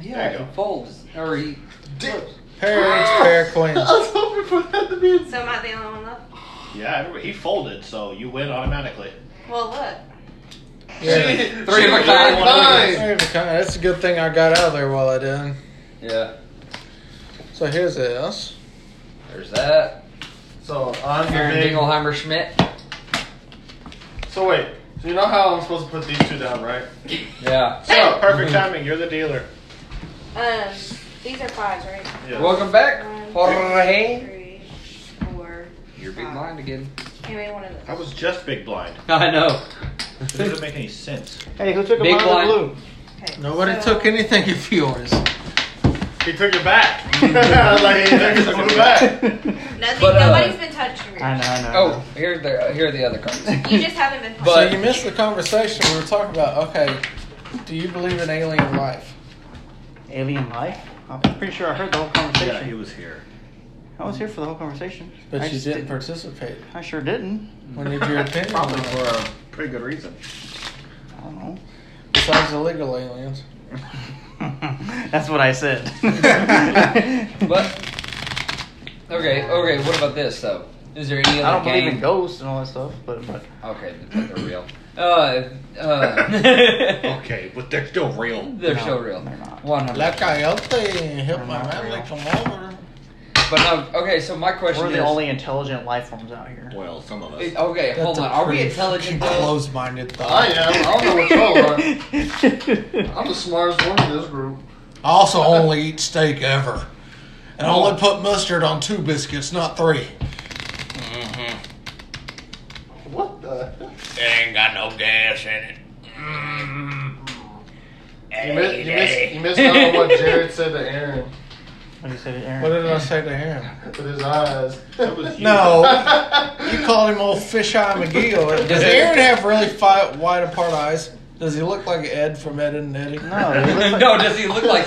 Speaker 2: yeah,
Speaker 3: there you
Speaker 2: he
Speaker 3: go.
Speaker 2: folds or he
Speaker 5: Dick.
Speaker 1: Pair of eights, pair of
Speaker 5: I
Speaker 1: coins.
Speaker 5: was hoping for that to be.
Speaker 4: So am I the only one left?
Speaker 3: Yeah, everybody- he folded, so you win automatically.
Speaker 4: Well, look.
Speaker 1: Yeah.
Speaker 2: Three of a kind.
Speaker 5: Nine.
Speaker 1: Very kind. That's a good thing I got out of there while I did.
Speaker 2: yeah.
Speaker 1: So here's this.
Speaker 2: There's that.
Speaker 5: So I'm
Speaker 2: Aaron
Speaker 5: the big.
Speaker 2: Dingleheimer Schmidt.
Speaker 5: So wait. So you know how I'm supposed to put these two down, right?
Speaker 2: Yeah.
Speaker 3: So perfect timing. You're the dealer.
Speaker 4: Um, these are fives, right?
Speaker 3: Yeah.
Speaker 2: Welcome back,
Speaker 4: One,
Speaker 2: Jorge.
Speaker 4: Three, four.
Speaker 2: You're big blind again.
Speaker 4: Anyway, one of those.
Speaker 3: I was just big blind.
Speaker 2: I know.
Speaker 3: It doesn't make any sense.
Speaker 6: Hey, who took a
Speaker 2: Big
Speaker 6: bottle
Speaker 2: blind.
Speaker 6: of blue?
Speaker 4: Okay,
Speaker 1: Nobody
Speaker 4: so-
Speaker 1: took anything of yours.
Speaker 5: He took it back. like he took it back.
Speaker 4: Nothing,
Speaker 2: But, uh,
Speaker 4: nobody's been touching
Speaker 6: I
Speaker 4: yours.
Speaker 6: know, I know. I
Speaker 2: Oh,
Speaker 6: know.
Speaker 2: here are the here are the other cards.
Speaker 4: You just haven't been touching
Speaker 2: But-
Speaker 4: yours.
Speaker 1: so you missed the conversation we were talking about. Okay, do you believe in alien life?
Speaker 6: Alien life? I'm pretty sure I heard the whole
Speaker 3: Yeah,
Speaker 6: conversation.
Speaker 3: he was here.
Speaker 6: I was here for the whole conversation.
Speaker 1: But
Speaker 6: I
Speaker 1: you
Speaker 6: just
Speaker 1: didn't
Speaker 6: didn't-
Speaker 1: participate.
Speaker 6: I sure didn't.
Speaker 1: We need your opinion. on
Speaker 3: Probably
Speaker 1: that.
Speaker 3: for a pretty good reason.
Speaker 6: I don't know.
Speaker 1: Besides illegal aliens.
Speaker 6: That's what I said.
Speaker 2: But okay, okay. What about this though? Is there any
Speaker 6: I
Speaker 2: other
Speaker 6: don't believe in
Speaker 2: game?
Speaker 6: ghosts and all that stuff, but, but
Speaker 2: Okay, they're real. Uh, uh,
Speaker 3: Okay, but they're still real.
Speaker 2: they're
Speaker 6: No,
Speaker 2: so real.
Speaker 6: they're not.
Speaker 2: One hundred.
Speaker 1: La Coyote, help
Speaker 6: They're
Speaker 1: my
Speaker 6: not
Speaker 1: family
Speaker 6: real.
Speaker 1: come over.
Speaker 2: But no. Okay, so my question
Speaker 6: we're
Speaker 2: is.
Speaker 6: the only intelligent life forms out here.
Speaker 3: Well, some of us.
Speaker 2: it- okay, hold
Speaker 1: That's a
Speaker 2: on. Are we
Speaker 1: pretty
Speaker 2: intelligent
Speaker 1: fucking
Speaker 2: though?
Speaker 1: Close-minded
Speaker 5: I
Speaker 1: thought.
Speaker 5: am. I don't know what y'all are. I'm the smartest one in this group.
Speaker 1: I also only eat steak ever. And I
Speaker 3: Oh,
Speaker 1: only put mustard on two biscuits, not three.
Speaker 5: What the?
Speaker 8: ain't got no gas in it. Mm.
Speaker 5: You missed, you missed, you missed out on what Jared said to Aaron
Speaker 6: What do Oh, you say to
Speaker 1: What
Speaker 6: Aaron?
Speaker 1: did I say to him?
Speaker 5: with his eyes.
Speaker 3: That was you.
Speaker 1: No, you called him old Fisheye McGee. Or, does Aaron have really fi wide apart eyes? Does he look like Ed from Ed and Eddie?
Speaker 6: No, it looks like-
Speaker 2: no, does he look like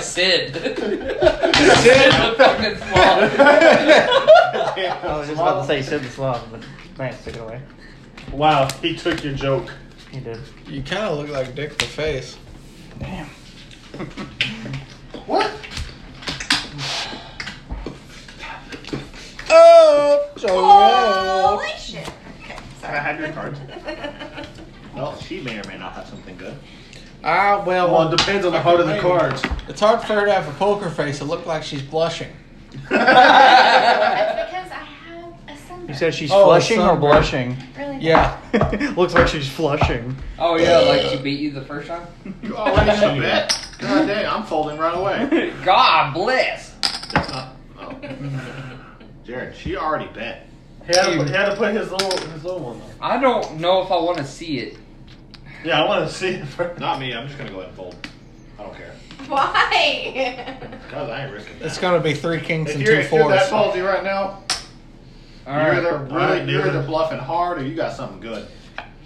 Speaker 2: Sid? Sid
Speaker 1: Sid?
Speaker 2: the fucking sloth.
Speaker 6: I was just about to say Sid the Sloth, but Lance took it away.
Speaker 3: Wow, he took your joke.
Speaker 6: He did.
Speaker 1: You kind of look like Dick the Face.
Speaker 6: Damn.
Speaker 5: What?
Speaker 1: Oh, so
Speaker 4: Holy shit. Okay,
Speaker 3: I
Speaker 4: sorry.
Speaker 3: have your cards. Well, she may or may not have something good.
Speaker 1: Ah, well,
Speaker 5: Well, it depends on the heart of the cards.
Speaker 1: it's hard for her to have a poker face. It looked like she's blushing.
Speaker 4: That's because I have a sunburn.
Speaker 6: You said she's
Speaker 1: Oh,
Speaker 6: flushing or
Speaker 1: sunburn.
Speaker 6: blushing?
Speaker 4: really
Speaker 1: Yeah.
Speaker 6: looks like she's flushing.
Speaker 2: Oh yeah, like she beat you the first time.
Speaker 3: You already bet. God dang, I'm folding right away.
Speaker 2: God bless.
Speaker 3: That's not. Oh. Jared, she already bet.
Speaker 5: He had, to put, he had to put his little his little one. Up.
Speaker 2: I don't know if I want to see it.
Speaker 5: Yeah, I want to see it first.
Speaker 3: Not me. I'm just gonna go ahead and fold. I don't care.
Speaker 4: Why?
Speaker 3: Cause I ain't risking that.
Speaker 1: It's gonna be three kings
Speaker 5: If
Speaker 1: and
Speaker 5: you're,
Speaker 1: two
Speaker 5: if you're
Speaker 1: fours.
Speaker 5: that ballsy right now,
Speaker 3: You're
Speaker 2: All right.
Speaker 3: either really,
Speaker 5: Alright,
Speaker 3: you're
Speaker 5: dude.
Speaker 3: either bluffing hard or you got something good.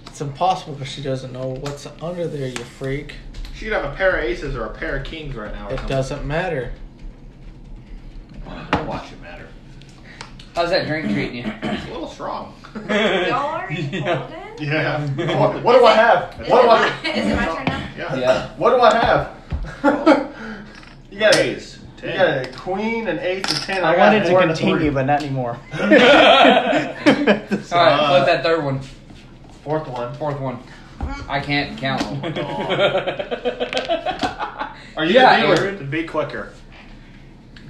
Speaker 1: It's impossible because she doesn't know what's under there, you freak.
Speaker 3: She'd have a pair of aces or a pair of kings right now. Or
Speaker 1: It
Speaker 3: something.
Speaker 1: doesn't matter.
Speaker 3: Watch it matter.
Speaker 2: How's that drink treating you?
Speaker 3: It's a little strong.
Speaker 4: Y'all are golden?
Speaker 5: yeah. what, what do I have?
Speaker 4: Is,
Speaker 5: What
Speaker 4: it
Speaker 5: do
Speaker 4: my,
Speaker 5: I?
Speaker 4: is it my turn now?
Speaker 3: Yeah.
Speaker 2: Yeah.
Speaker 5: What do I have? you got a,
Speaker 3: Ace.
Speaker 5: you
Speaker 3: Ten.
Speaker 5: got a queen, an ace, a ten.
Speaker 6: I wanted to
Speaker 5: more than
Speaker 6: continue,
Speaker 5: three.
Speaker 6: but not anymore.
Speaker 2: All right, flip that third one,
Speaker 5: fourth one.
Speaker 2: fourth one. I can't count.
Speaker 5: Are you
Speaker 2: Yeah,
Speaker 5: the dealer?
Speaker 2: Aaron.
Speaker 3: It'd be quicker.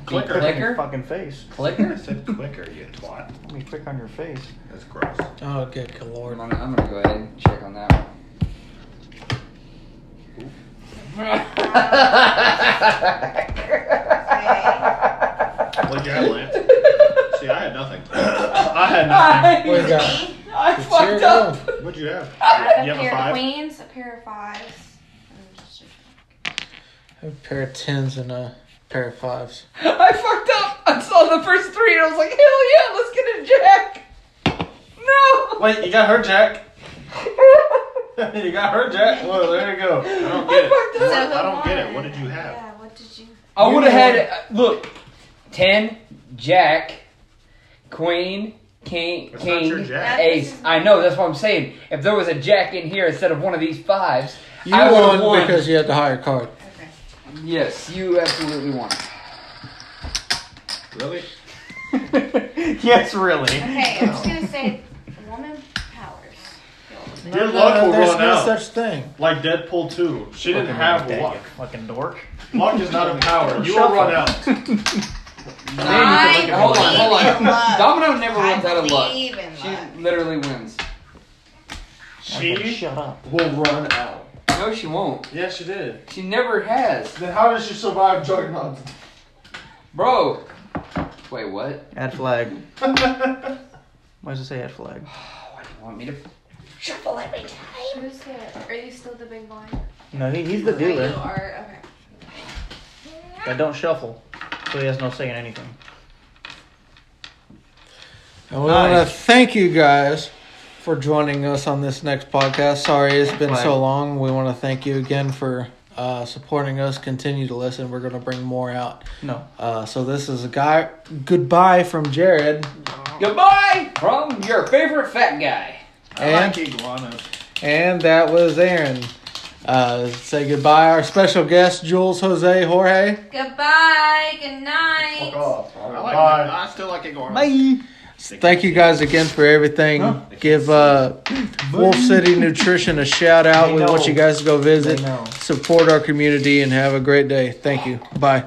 Speaker 2: Clicker.
Speaker 6: In your fucking face.
Speaker 3: I
Speaker 2: Clicker.
Speaker 3: said quicker, you twat.
Speaker 6: Let me click on your face.
Speaker 3: That's gross.
Speaker 1: Oh, good good lord.
Speaker 2: I'm gonna, I'm gonna go ahead and check on that one.
Speaker 3: What'd you have, Lance? See, I had nothing.
Speaker 5: I had nothing.
Speaker 2: I,
Speaker 1: What you got?
Speaker 2: I
Speaker 1: It's
Speaker 2: fucked
Speaker 1: your
Speaker 2: up.
Speaker 3: What'd you have?
Speaker 4: I have
Speaker 3: You
Speaker 4: a
Speaker 3: have a
Speaker 4: pair of
Speaker 3: five?
Speaker 4: queens, a pair of fives. and just a-
Speaker 1: I have a pair of tens and a pair of fives.
Speaker 2: I fucked up. I saw the first three and I was like, hell yeah, let's get a jack. No.
Speaker 5: Wait, you got her, Jack. you got her, Jack. Well, there you
Speaker 3: I
Speaker 5: go.
Speaker 3: don't get it.
Speaker 2: I fucked up.
Speaker 4: So
Speaker 3: I
Speaker 4: who
Speaker 3: don't get it.
Speaker 4: won?
Speaker 3: What did you have?
Speaker 4: Yeah, what did you?
Speaker 2: I
Speaker 1: You
Speaker 2: would have
Speaker 1: know
Speaker 2: had uh, look, ten, jack, queen, king,
Speaker 3: That's not your
Speaker 2: king,
Speaker 3: jack.
Speaker 2: ace. I know that's what I'm saying. If there was a jack in here instead of one of these fives,
Speaker 1: You
Speaker 2: I would've
Speaker 1: won,
Speaker 2: won.
Speaker 1: because you had the higher card.
Speaker 4: Okay.
Speaker 2: yes, you absolutely won.
Speaker 3: Really?
Speaker 6: yes, really.
Speaker 4: Okay, I'm just gonna say, woman powers.
Speaker 5: Your luck will
Speaker 1: there's
Speaker 5: run
Speaker 1: no
Speaker 5: out.
Speaker 1: such thing.
Speaker 5: Like Deadpool 2. She didn't have
Speaker 6: Dang,
Speaker 5: luck.
Speaker 6: you Fucking dork.
Speaker 5: Luck is not a power. You will run out.
Speaker 4: I
Speaker 2: Man, hold on, hold
Speaker 4: believe in
Speaker 2: on.
Speaker 4: luck.
Speaker 2: Domino never runs out
Speaker 4: I
Speaker 2: of luck.
Speaker 4: believe in
Speaker 2: She
Speaker 4: luck.
Speaker 2: literally wins.
Speaker 6: Fucking
Speaker 5: She
Speaker 6: shut up.
Speaker 5: will run out.
Speaker 2: No, she won't.
Speaker 5: Yeah, she did.
Speaker 2: She never has,
Speaker 5: Then how did she survive Juggernaut?
Speaker 2: bro. Wait, what?
Speaker 6: Add flag.
Speaker 5: Why
Speaker 6: Why does it say add flag?
Speaker 2: Why do you Oh, want me to?
Speaker 4: Shuffle every time. Who's the? Are you still the big blind?
Speaker 6: No, he, he's the
Speaker 4: Oh, You
Speaker 6: dealer.
Speaker 4: are. Okay.
Speaker 6: But don't shuffle. So he has no say in anything.
Speaker 1: And we
Speaker 6: Nice.
Speaker 1: want to thank you guys for joining us on this next podcast. Sorry it's been
Speaker 6: Right.
Speaker 1: so long. We want to thank you again for uh, supporting us. Continue to listen. We're going to bring more out.
Speaker 6: No.
Speaker 1: Uh, so this is a guy goodbye from Jared
Speaker 2: Goodbye from your favorite fat guy.
Speaker 1: and
Speaker 5: iguanas.
Speaker 1: and that was Aaron. Uh, say goodbye our special guest Jules Jose Jorge.
Speaker 4: Goodbye. Good night.
Speaker 5: Fuck off.
Speaker 3: I like
Speaker 5: Bye.
Speaker 3: I still like iguanas.
Speaker 6: Bye.
Speaker 1: Thank you guys again for everything. Give uh, Wolf City Nutrition a shout out.
Speaker 6: They
Speaker 1: We want
Speaker 6: know.
Speaker 1: you guys to go visit,
Speaker 6: They know.
Speaker 1: support our community, and have a great day. Thank you. Bye.